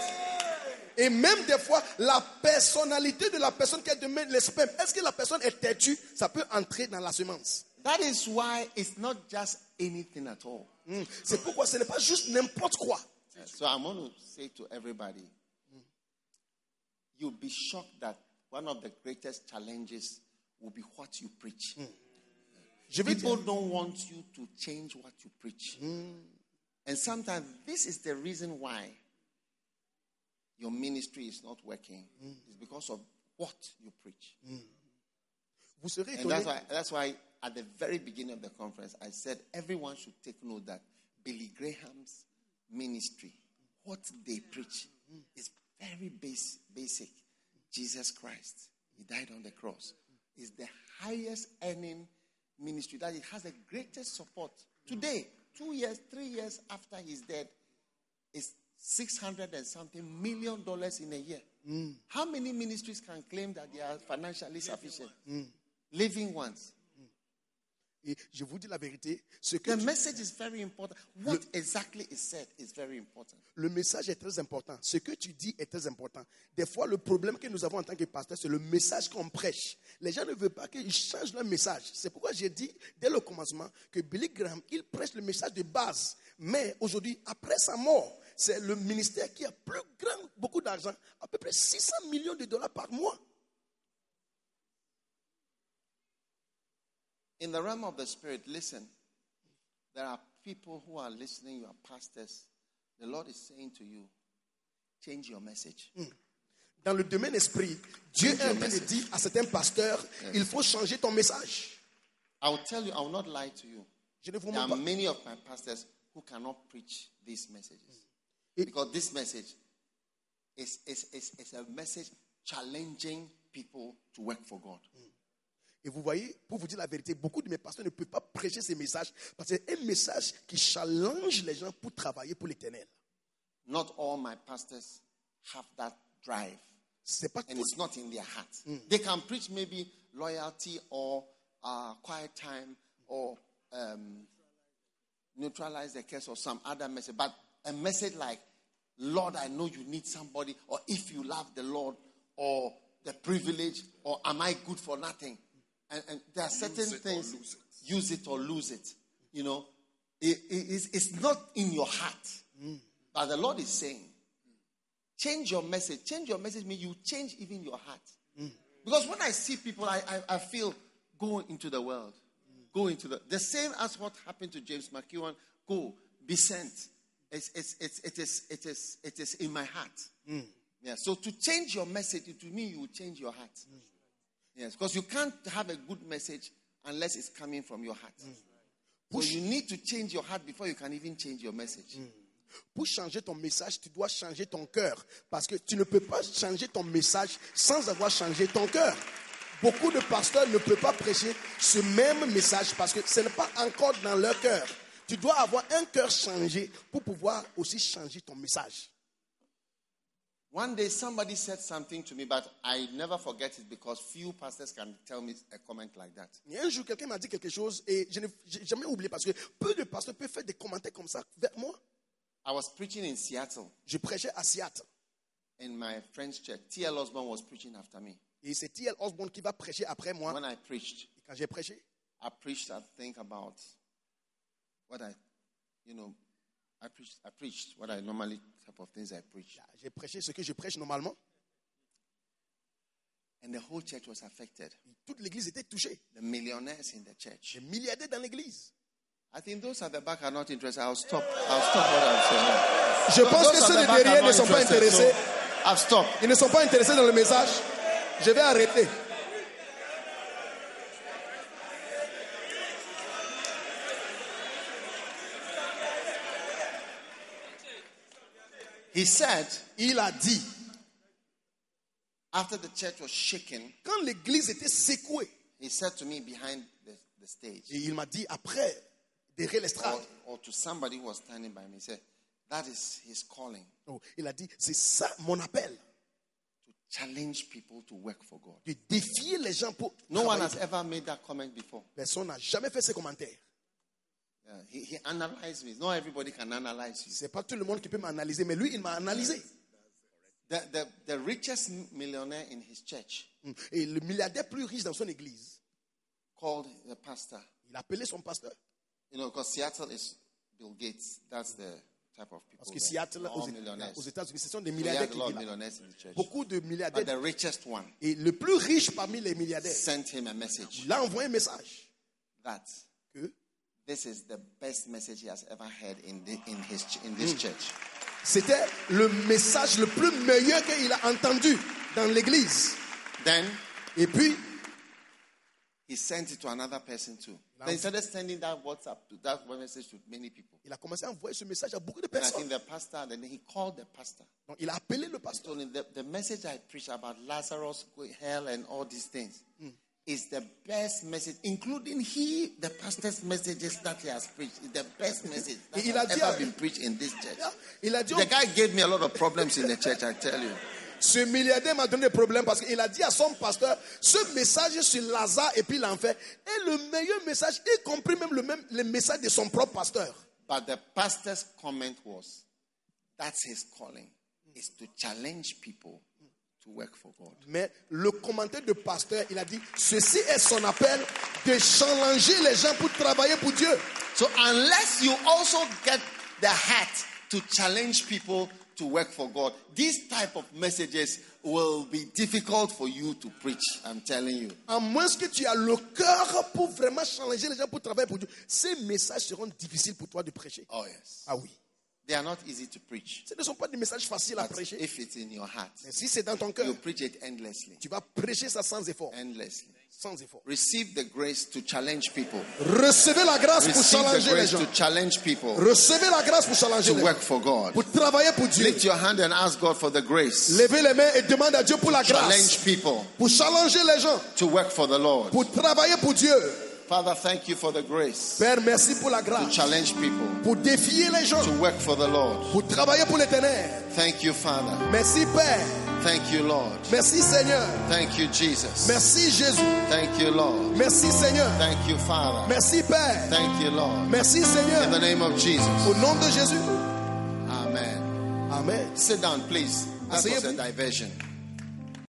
[SPEAKER 2] Et même des fois, la personnalité de la personne qui demande les spermes, est-ce que la personne est têtue Ça peut entrer dans la semence.
[SPEAKER 1] That is why it's not just anything at all.
[SPEAKER 2] Hmm. C'est pourquoi ce n'est pas juste n'importe quoi.
[SPEAKER 1] Mm. So I'm going to say to everybody you'll be shocked that one of the greatest challenges will be what you preach.
[SPEAKER 2] Je vais
[SPEAKER 1] People
[SPEAKER 2] dire,
[SPEAKER 1] don't want you to change what you preach. And sometimes this is the reason why your ministry is not working. It's because of what you preach.
[SPEAKER 2] vous serez
[SPEAKER 1] And that's
[SPEAKER 2] étonné.
[SPEAKER 1] why, that's why at the very beginning of the conference, I said everyone should take note that Billy Graham's ministry, what they preach, is very base, basic. Jesus Christ, He died on the cross, is the highest earning ministry that it has the greatest support today. Two years, three years after he's dead, it's six hundred and something million dollars in a year. How many ministries can claim that they are financially sufficient? Living ones.
[SPEAKER 2] Et je vous dis la vérité, ce que
[SPEAKER 1] The
[SPEAKER 2] tu-
[SPEAKER 1] message is very important. What exactly is said is very important.
[SPEAKER 2] le message est très important. Ce que tu dis est très important. Des fois, le problème que nous avons en tant que pasteur, c'est le message qu'on prêche. Les gens ne veulent pas qu'ils changent leur message. C'est pourquoi j'ai dit dès le commencement que Billy Graham, il prêche le message de base. Mais aujourd'hui, après sa mort, c'est le ministère qui a plus grand, beaucoup d'argent, à peu près 600 millions de dollars par mois.
[SPEAKER 1] In the realm of the spirit, listen. There are people who are listening, you are pastors. The Lord is saying to you, change your message.
[SPEAKER 2] Dans le domaine esprit, Dieu est en train de
[SPEAKER 1] message.
[SPEAKER 2] dire à certains pasteurs, il faut changer ton message.
[SPEAKER 1] I will tell you, I will not lie to you.
[SPEAKER 2] Je ne vous
[SPEAKER 1] There
[SPEAKER 2] mens
[SPEAKER 1] are
[SPEAKER 2] pas.
[SPEAKER 1] many of my pastors who cannot preach these messages.
[SPEAKER 2] It-
[SPEAKER 1] Because this message is, is, is, is a message challenging people to work for God.
[SPEAKER 2] Et vous voyez, pour vous dire la vérité, beaucoup de mes pasteurs ne peuvent pas prêcher ces messages parce que c'est un message qui challenge les gens pour travailler pour l'éternel.
[SPEAKER 1] Not all my pastors have that drive,
[SPEAKER 2] C'est pas
[SPEAKER 1] and
[SPEAKER 2] tout-
[SPEAKER 1] it's not in their heart.
[SPEAKER 3] Hmm.
[SPEAKER 1] They can preach maybe loyalty or uh, quiet time or um, neutralize the curse or some other message, but a message like, Lord, I know you need somebody, or if you love the Lord, or the privilege, or am I good for nothing? And, and there are certain
[SPEAKER 3] it or
[SPEAKER 1] things,
[SPEAKER 3] lose
[SPEAKER 1] use it or lose it. You know, it, it- it's, it's not in your heart.
[SPEAKER 3] Hmm.
[SPEAKER 1] But the Lord is saying, change your message. Change your message means you change even your heart. Because when I see people, I, I, I feel go into the world. Go into the the same as what happened to James McEwan. Go, be sent. It's, it's, it's, it is it is it is in my heart. Yeah. So to change your message, to me, you will change your heart. Yes, because you can't have a good message unless it's coming from your heart. So you need to change your heart before you can even change your message.
[SPEAKER 2] Pour changer ton message, tu dois changer ton cœur. Parce que tu ne peux pas changer ton message sans avoir changé ton cœur. Beaucoup de pasteurs ne peuvent pas prêcher ce même message parce que ce n'est pas encore dans leur cœur. Tu dois avoir un cœur changé pour pouvoir aussi changer ton message.
[SPEAKER 1] One day somebody said something to me, but I never forget it because few pastors can tell me a comment like that.
[SPEAKER 2] Et un jour, quelqu'un m'a dit quelque chose et je n'ai j'ai jamais oublié parce que peu de pasteurs peuvent faire des commentaires comme ça vers moi.
[SPEAKER 1] I was preaching in Seattle
[SPEAKER 2] Je prêchais à Seattle
[SPEAKER 1] in my friend's church. T.L. Osborne was preaching after me.
[SPEAKER 2] et c'est T.L. Osborne qui va prêcher après moi.
[SPEAKER 1] When I preached,
[SPEAKER 2] Et quand j'ai prêché,
[SPEAKER 1] I preached, I think about what I, you know, I preached, I preached what I normally type of things I preach.
[SPEAKER 2] j'ai prêché ce que je prêche normalement.
[SPEAKER 1] And the whole church was affected.
[SPEAKER 2] Toute l'église était touchée.
[SPEAKER 1] The millionaires in the church.
[SPEAKER 2] J'ai milliardaires dans l'église.
[SPEAKER 1] I think those at the back are not interested. I'll stop. I'll stop what I'm saying.
[SPEAKER 2] Je pense que
[SPEAKER 1] Those at
[SPEAKER 2] ceux
[SPEAKER 1] the
[SPEAKER 2] de
[SPEAKER 1] back are
[SPEAKER 2] derrière
[SPEAKER 1] not
[SPEAKER 2] ne sont pas
[SPEAKER 1] interested, so
[SPEAKER 2] intéressés.
[SPEAKER 1] I've stopped.
[SPEAKER 2] Ils ne sont pas intéressés dans le message. Je vais arrêter.
[SPEAKER 1] He said,
[SPEAKER 2] Il a dit,
[SPEAKER 1] after the church was shaken,
[SPEAKER 2] quand l'église était secouée,
[SPEAKER 1] he said to me behind the, the stage
[SPEAKER 2] et il m'a dit après, derrière
[SPEAKER 1] or,
[SPEAKER 2] l'estrade,
[SPEAKER 1] or to somebody who was standing by me, he said, That is his calling
[SPEAKER 2] oh, il a dit, c'est ça mon appel,
[SPEAKER 1] to challenge people to work for God.
[SPEAKER 2] de défier les gens pour...
[SPEAKER 1] No one
[SPEAKER 2] travailler.
[SPEAKER 1] has ever made that comment before.
[SPEAKER 2] Personne n'a jamais fait ces commentaires.
[SPEAKER 1] Yeah, he, he analyzed me. Not everybody can analyze you.
[SPEAKER 2] C'est pas tout le monde qui peut m'analyser, mais lui, il m'a analysé.
[SPEAKER 1] The, the, the richest millionaire in his church
[SPEAKER 2] Et le milliardaire plus riche dans son église,
[SPEAKER 1] called the pastor.
[SPEAKER 2] il a appelé son pasteur.
[SPEAKER 1] You know, because Seattle is Bill Gates. That's the type of people.
[SPEAKER 2] Parce que
[SPEAKER 1] there.
[SPEAKER 2] Seattle,
[SPEAKER 1] All
[SPEAKER 2] aux,
[SPEAKER 1] millionaires.
[SPEAKER 2] aux États-Unis, ce sont des
[SPEAKER 1] We
[SPEAKER 2] milliardaires
[SPEAKER 1] had a
[SPEAKER 2] qui
[SPEAKER 1] lot of
[SPEAKER 2] vivent là.
[SPEAKER 1] millionaires in the church.
[SPEAKER 2] Beaucoup de
[SPEAKER 1] But
[SPEAKER 2] milliardaires.
[SPEAKER 1] the richest one
[SPEAKER 2] Et le plus riche parmi les milliardaires,
[SPEAKER 1] sent him a message
[SPEAKER 2] il a envoyé un message
[SPEAKER 1] that
[SPEAKER 2] que
[SPEAKER 1] This is the best message he has ever heard in, the, in, his, ch- in this church.
[SPEAKER 2] C'était le message le plus meilleur qu'il a entendu dans l'église.
[SPEAKER 1] Then
[SPEAKER 2] Et puis,
[SPEAKER 1] he sent it to another person too. They started sending that WhatsApp, to, that message to many people.
[SPEAKER 2] il a commencé à envoyer ce message à beaucoup de
[SPEAKER 1] And I think
[SPEAKER 2] personnes.
[SPEAKER 1] the pastor, then he called the pastor.
[SPEAKER 2] Donc, il a appelé le
[SPEAKER 1] He
[SPEAKER 2] pasteur.
[SPEAKER 1] told him, the, the message I preached about Lazarus, hell, and all these things is the best message, including he, the pastor's messages that he has preached. Is the best message that
[SPEAKER 2] Il a
[SPEAKER 1] has
[SPEAKER 2] dit à-
[SPEAKER 1] ever been preached in this church.
[SPEAKER 2] Il a dit,
[SPEAKER 1] The guy gave me a lot of problems in the church, I tell you.
[SPEAKER 2] ce milliardaire m'a donné des problèmes parce qu'il a dit à son pasteur, ce message sur Lazare et puis l'enfer est le meilleur message, y compris même le, même le message de son propre pasteur.
[SPEAKER 1] But the pastor's comment was that's his calling, is to challenge people to work for God.
[SPEAKER 2] Mais le commentaire de pasteur, il a dit, ceci est son appel de changer les gens pour travailler pour Dieu.
[SPEAKER 1] So, unless you also get the heart to challenge people to work for God, these type of messages will be difficult for you to preach. I'm telling you.
[SPEAKER 2] À moins que tu as le cœur pour vraiment changer les gens pour travailler pour Dieu, ces messages seront difficiles pour toi de prêcher.
[SPEAKER 1] Oh yes.
[SPEAKER 2] Ah oui.
[SPEAKER 1] They are not easy to preach.
[SPEAKER 2] Ce ne sont pas des messages faciles à
[SPEAKER 1] But
[SPEAKER 2] prêcher.
[SPEAKER 1] if it's in your heart,
[SPEAKER 2] Mais si c'est dans ton
[SPEAKER 1] you
[SPEAKER 2] cœur,
[SPEAKER 1] preach it endlessly.
[SPEAKER 2] tu vas prêcher ça sans effort.
[SPEAKER 1] Endlessly.
[SPEAKER 2] Sans effort.
[SPEAKER 1] Receive the grace to challenge people.
[SPEAKER 2] Recevez la grâce pour
[SPEAKER 1] Receive the
[SPEAKER 2] changer les
[SPEAKER 1] grace
[SPEAKER 2] gens.
[SPEAKER 1] to challenge people
[SPEAKER 2] Recevez la grâce pour changer
[SPEAKER 1] to
[SPEAKER 2] les gens.
[SPEAKER 1] work for God.
[SPEAKER 2] Pour travailler pour Dieu.
[SPEAKER 1] Lift your hand and ask God for the grace.
[SPEAKER 2] Levez les mains et demande à Dieu pour la grâce.
[SPEAKER 1] Challenge people
[SPEAKER 2] Pour changer les gens.
[SPEAKER 1] to work for the Lord.
[SPEAKER 2] Pour travailler pour Dieu.
[SPEAKER 1] Father, thank you for the grace
[SPEAKER 2] Père, merci pour la
[SPEAKER 1] to
[SPEAKER 2] grâce.
[SPEAKER 1] challenge people
[SPEAKER 2] Pour défier les gens.
[SPEAKER 1] to work for the Lord.
[SPEAKER 2] Pour travailler pour l'éternel.
[SPEAKER 1] Thank you, Father.
[SPEAKER 2] Merci Père.
[SPEAKER 1] Thank you, Lord.
[SPEAKER 2] Merci Seigneur.
[SPEAKER 1] Thank you, Jesus.
[SPEAKER 2] Merci Jésus.
[SPEAKER 1] Thank you, Lord.
[SPEAKER 2] Merci Seigneur.
[SPEAKER 1] Thank you, Father.
[SPEAKER 2] Merci Père.
[SPEAKER 1] Thank you, Lord.
[SPEAKER 2] Merci
[SPEAKER 1] In the
[SPEAKER 2] Seigneur.
[SPEAKER 1] name of Jesus.
[SPEAKER 2] Au nom de Jésus.
[SPEAKER 1] Amen.
[SPEAKER 2] Amen.
[SPEAKER 1] Sit down, please. That was a
[SPEAKER 2] Asseyez-vous.
[SPEAKER 1] diversion.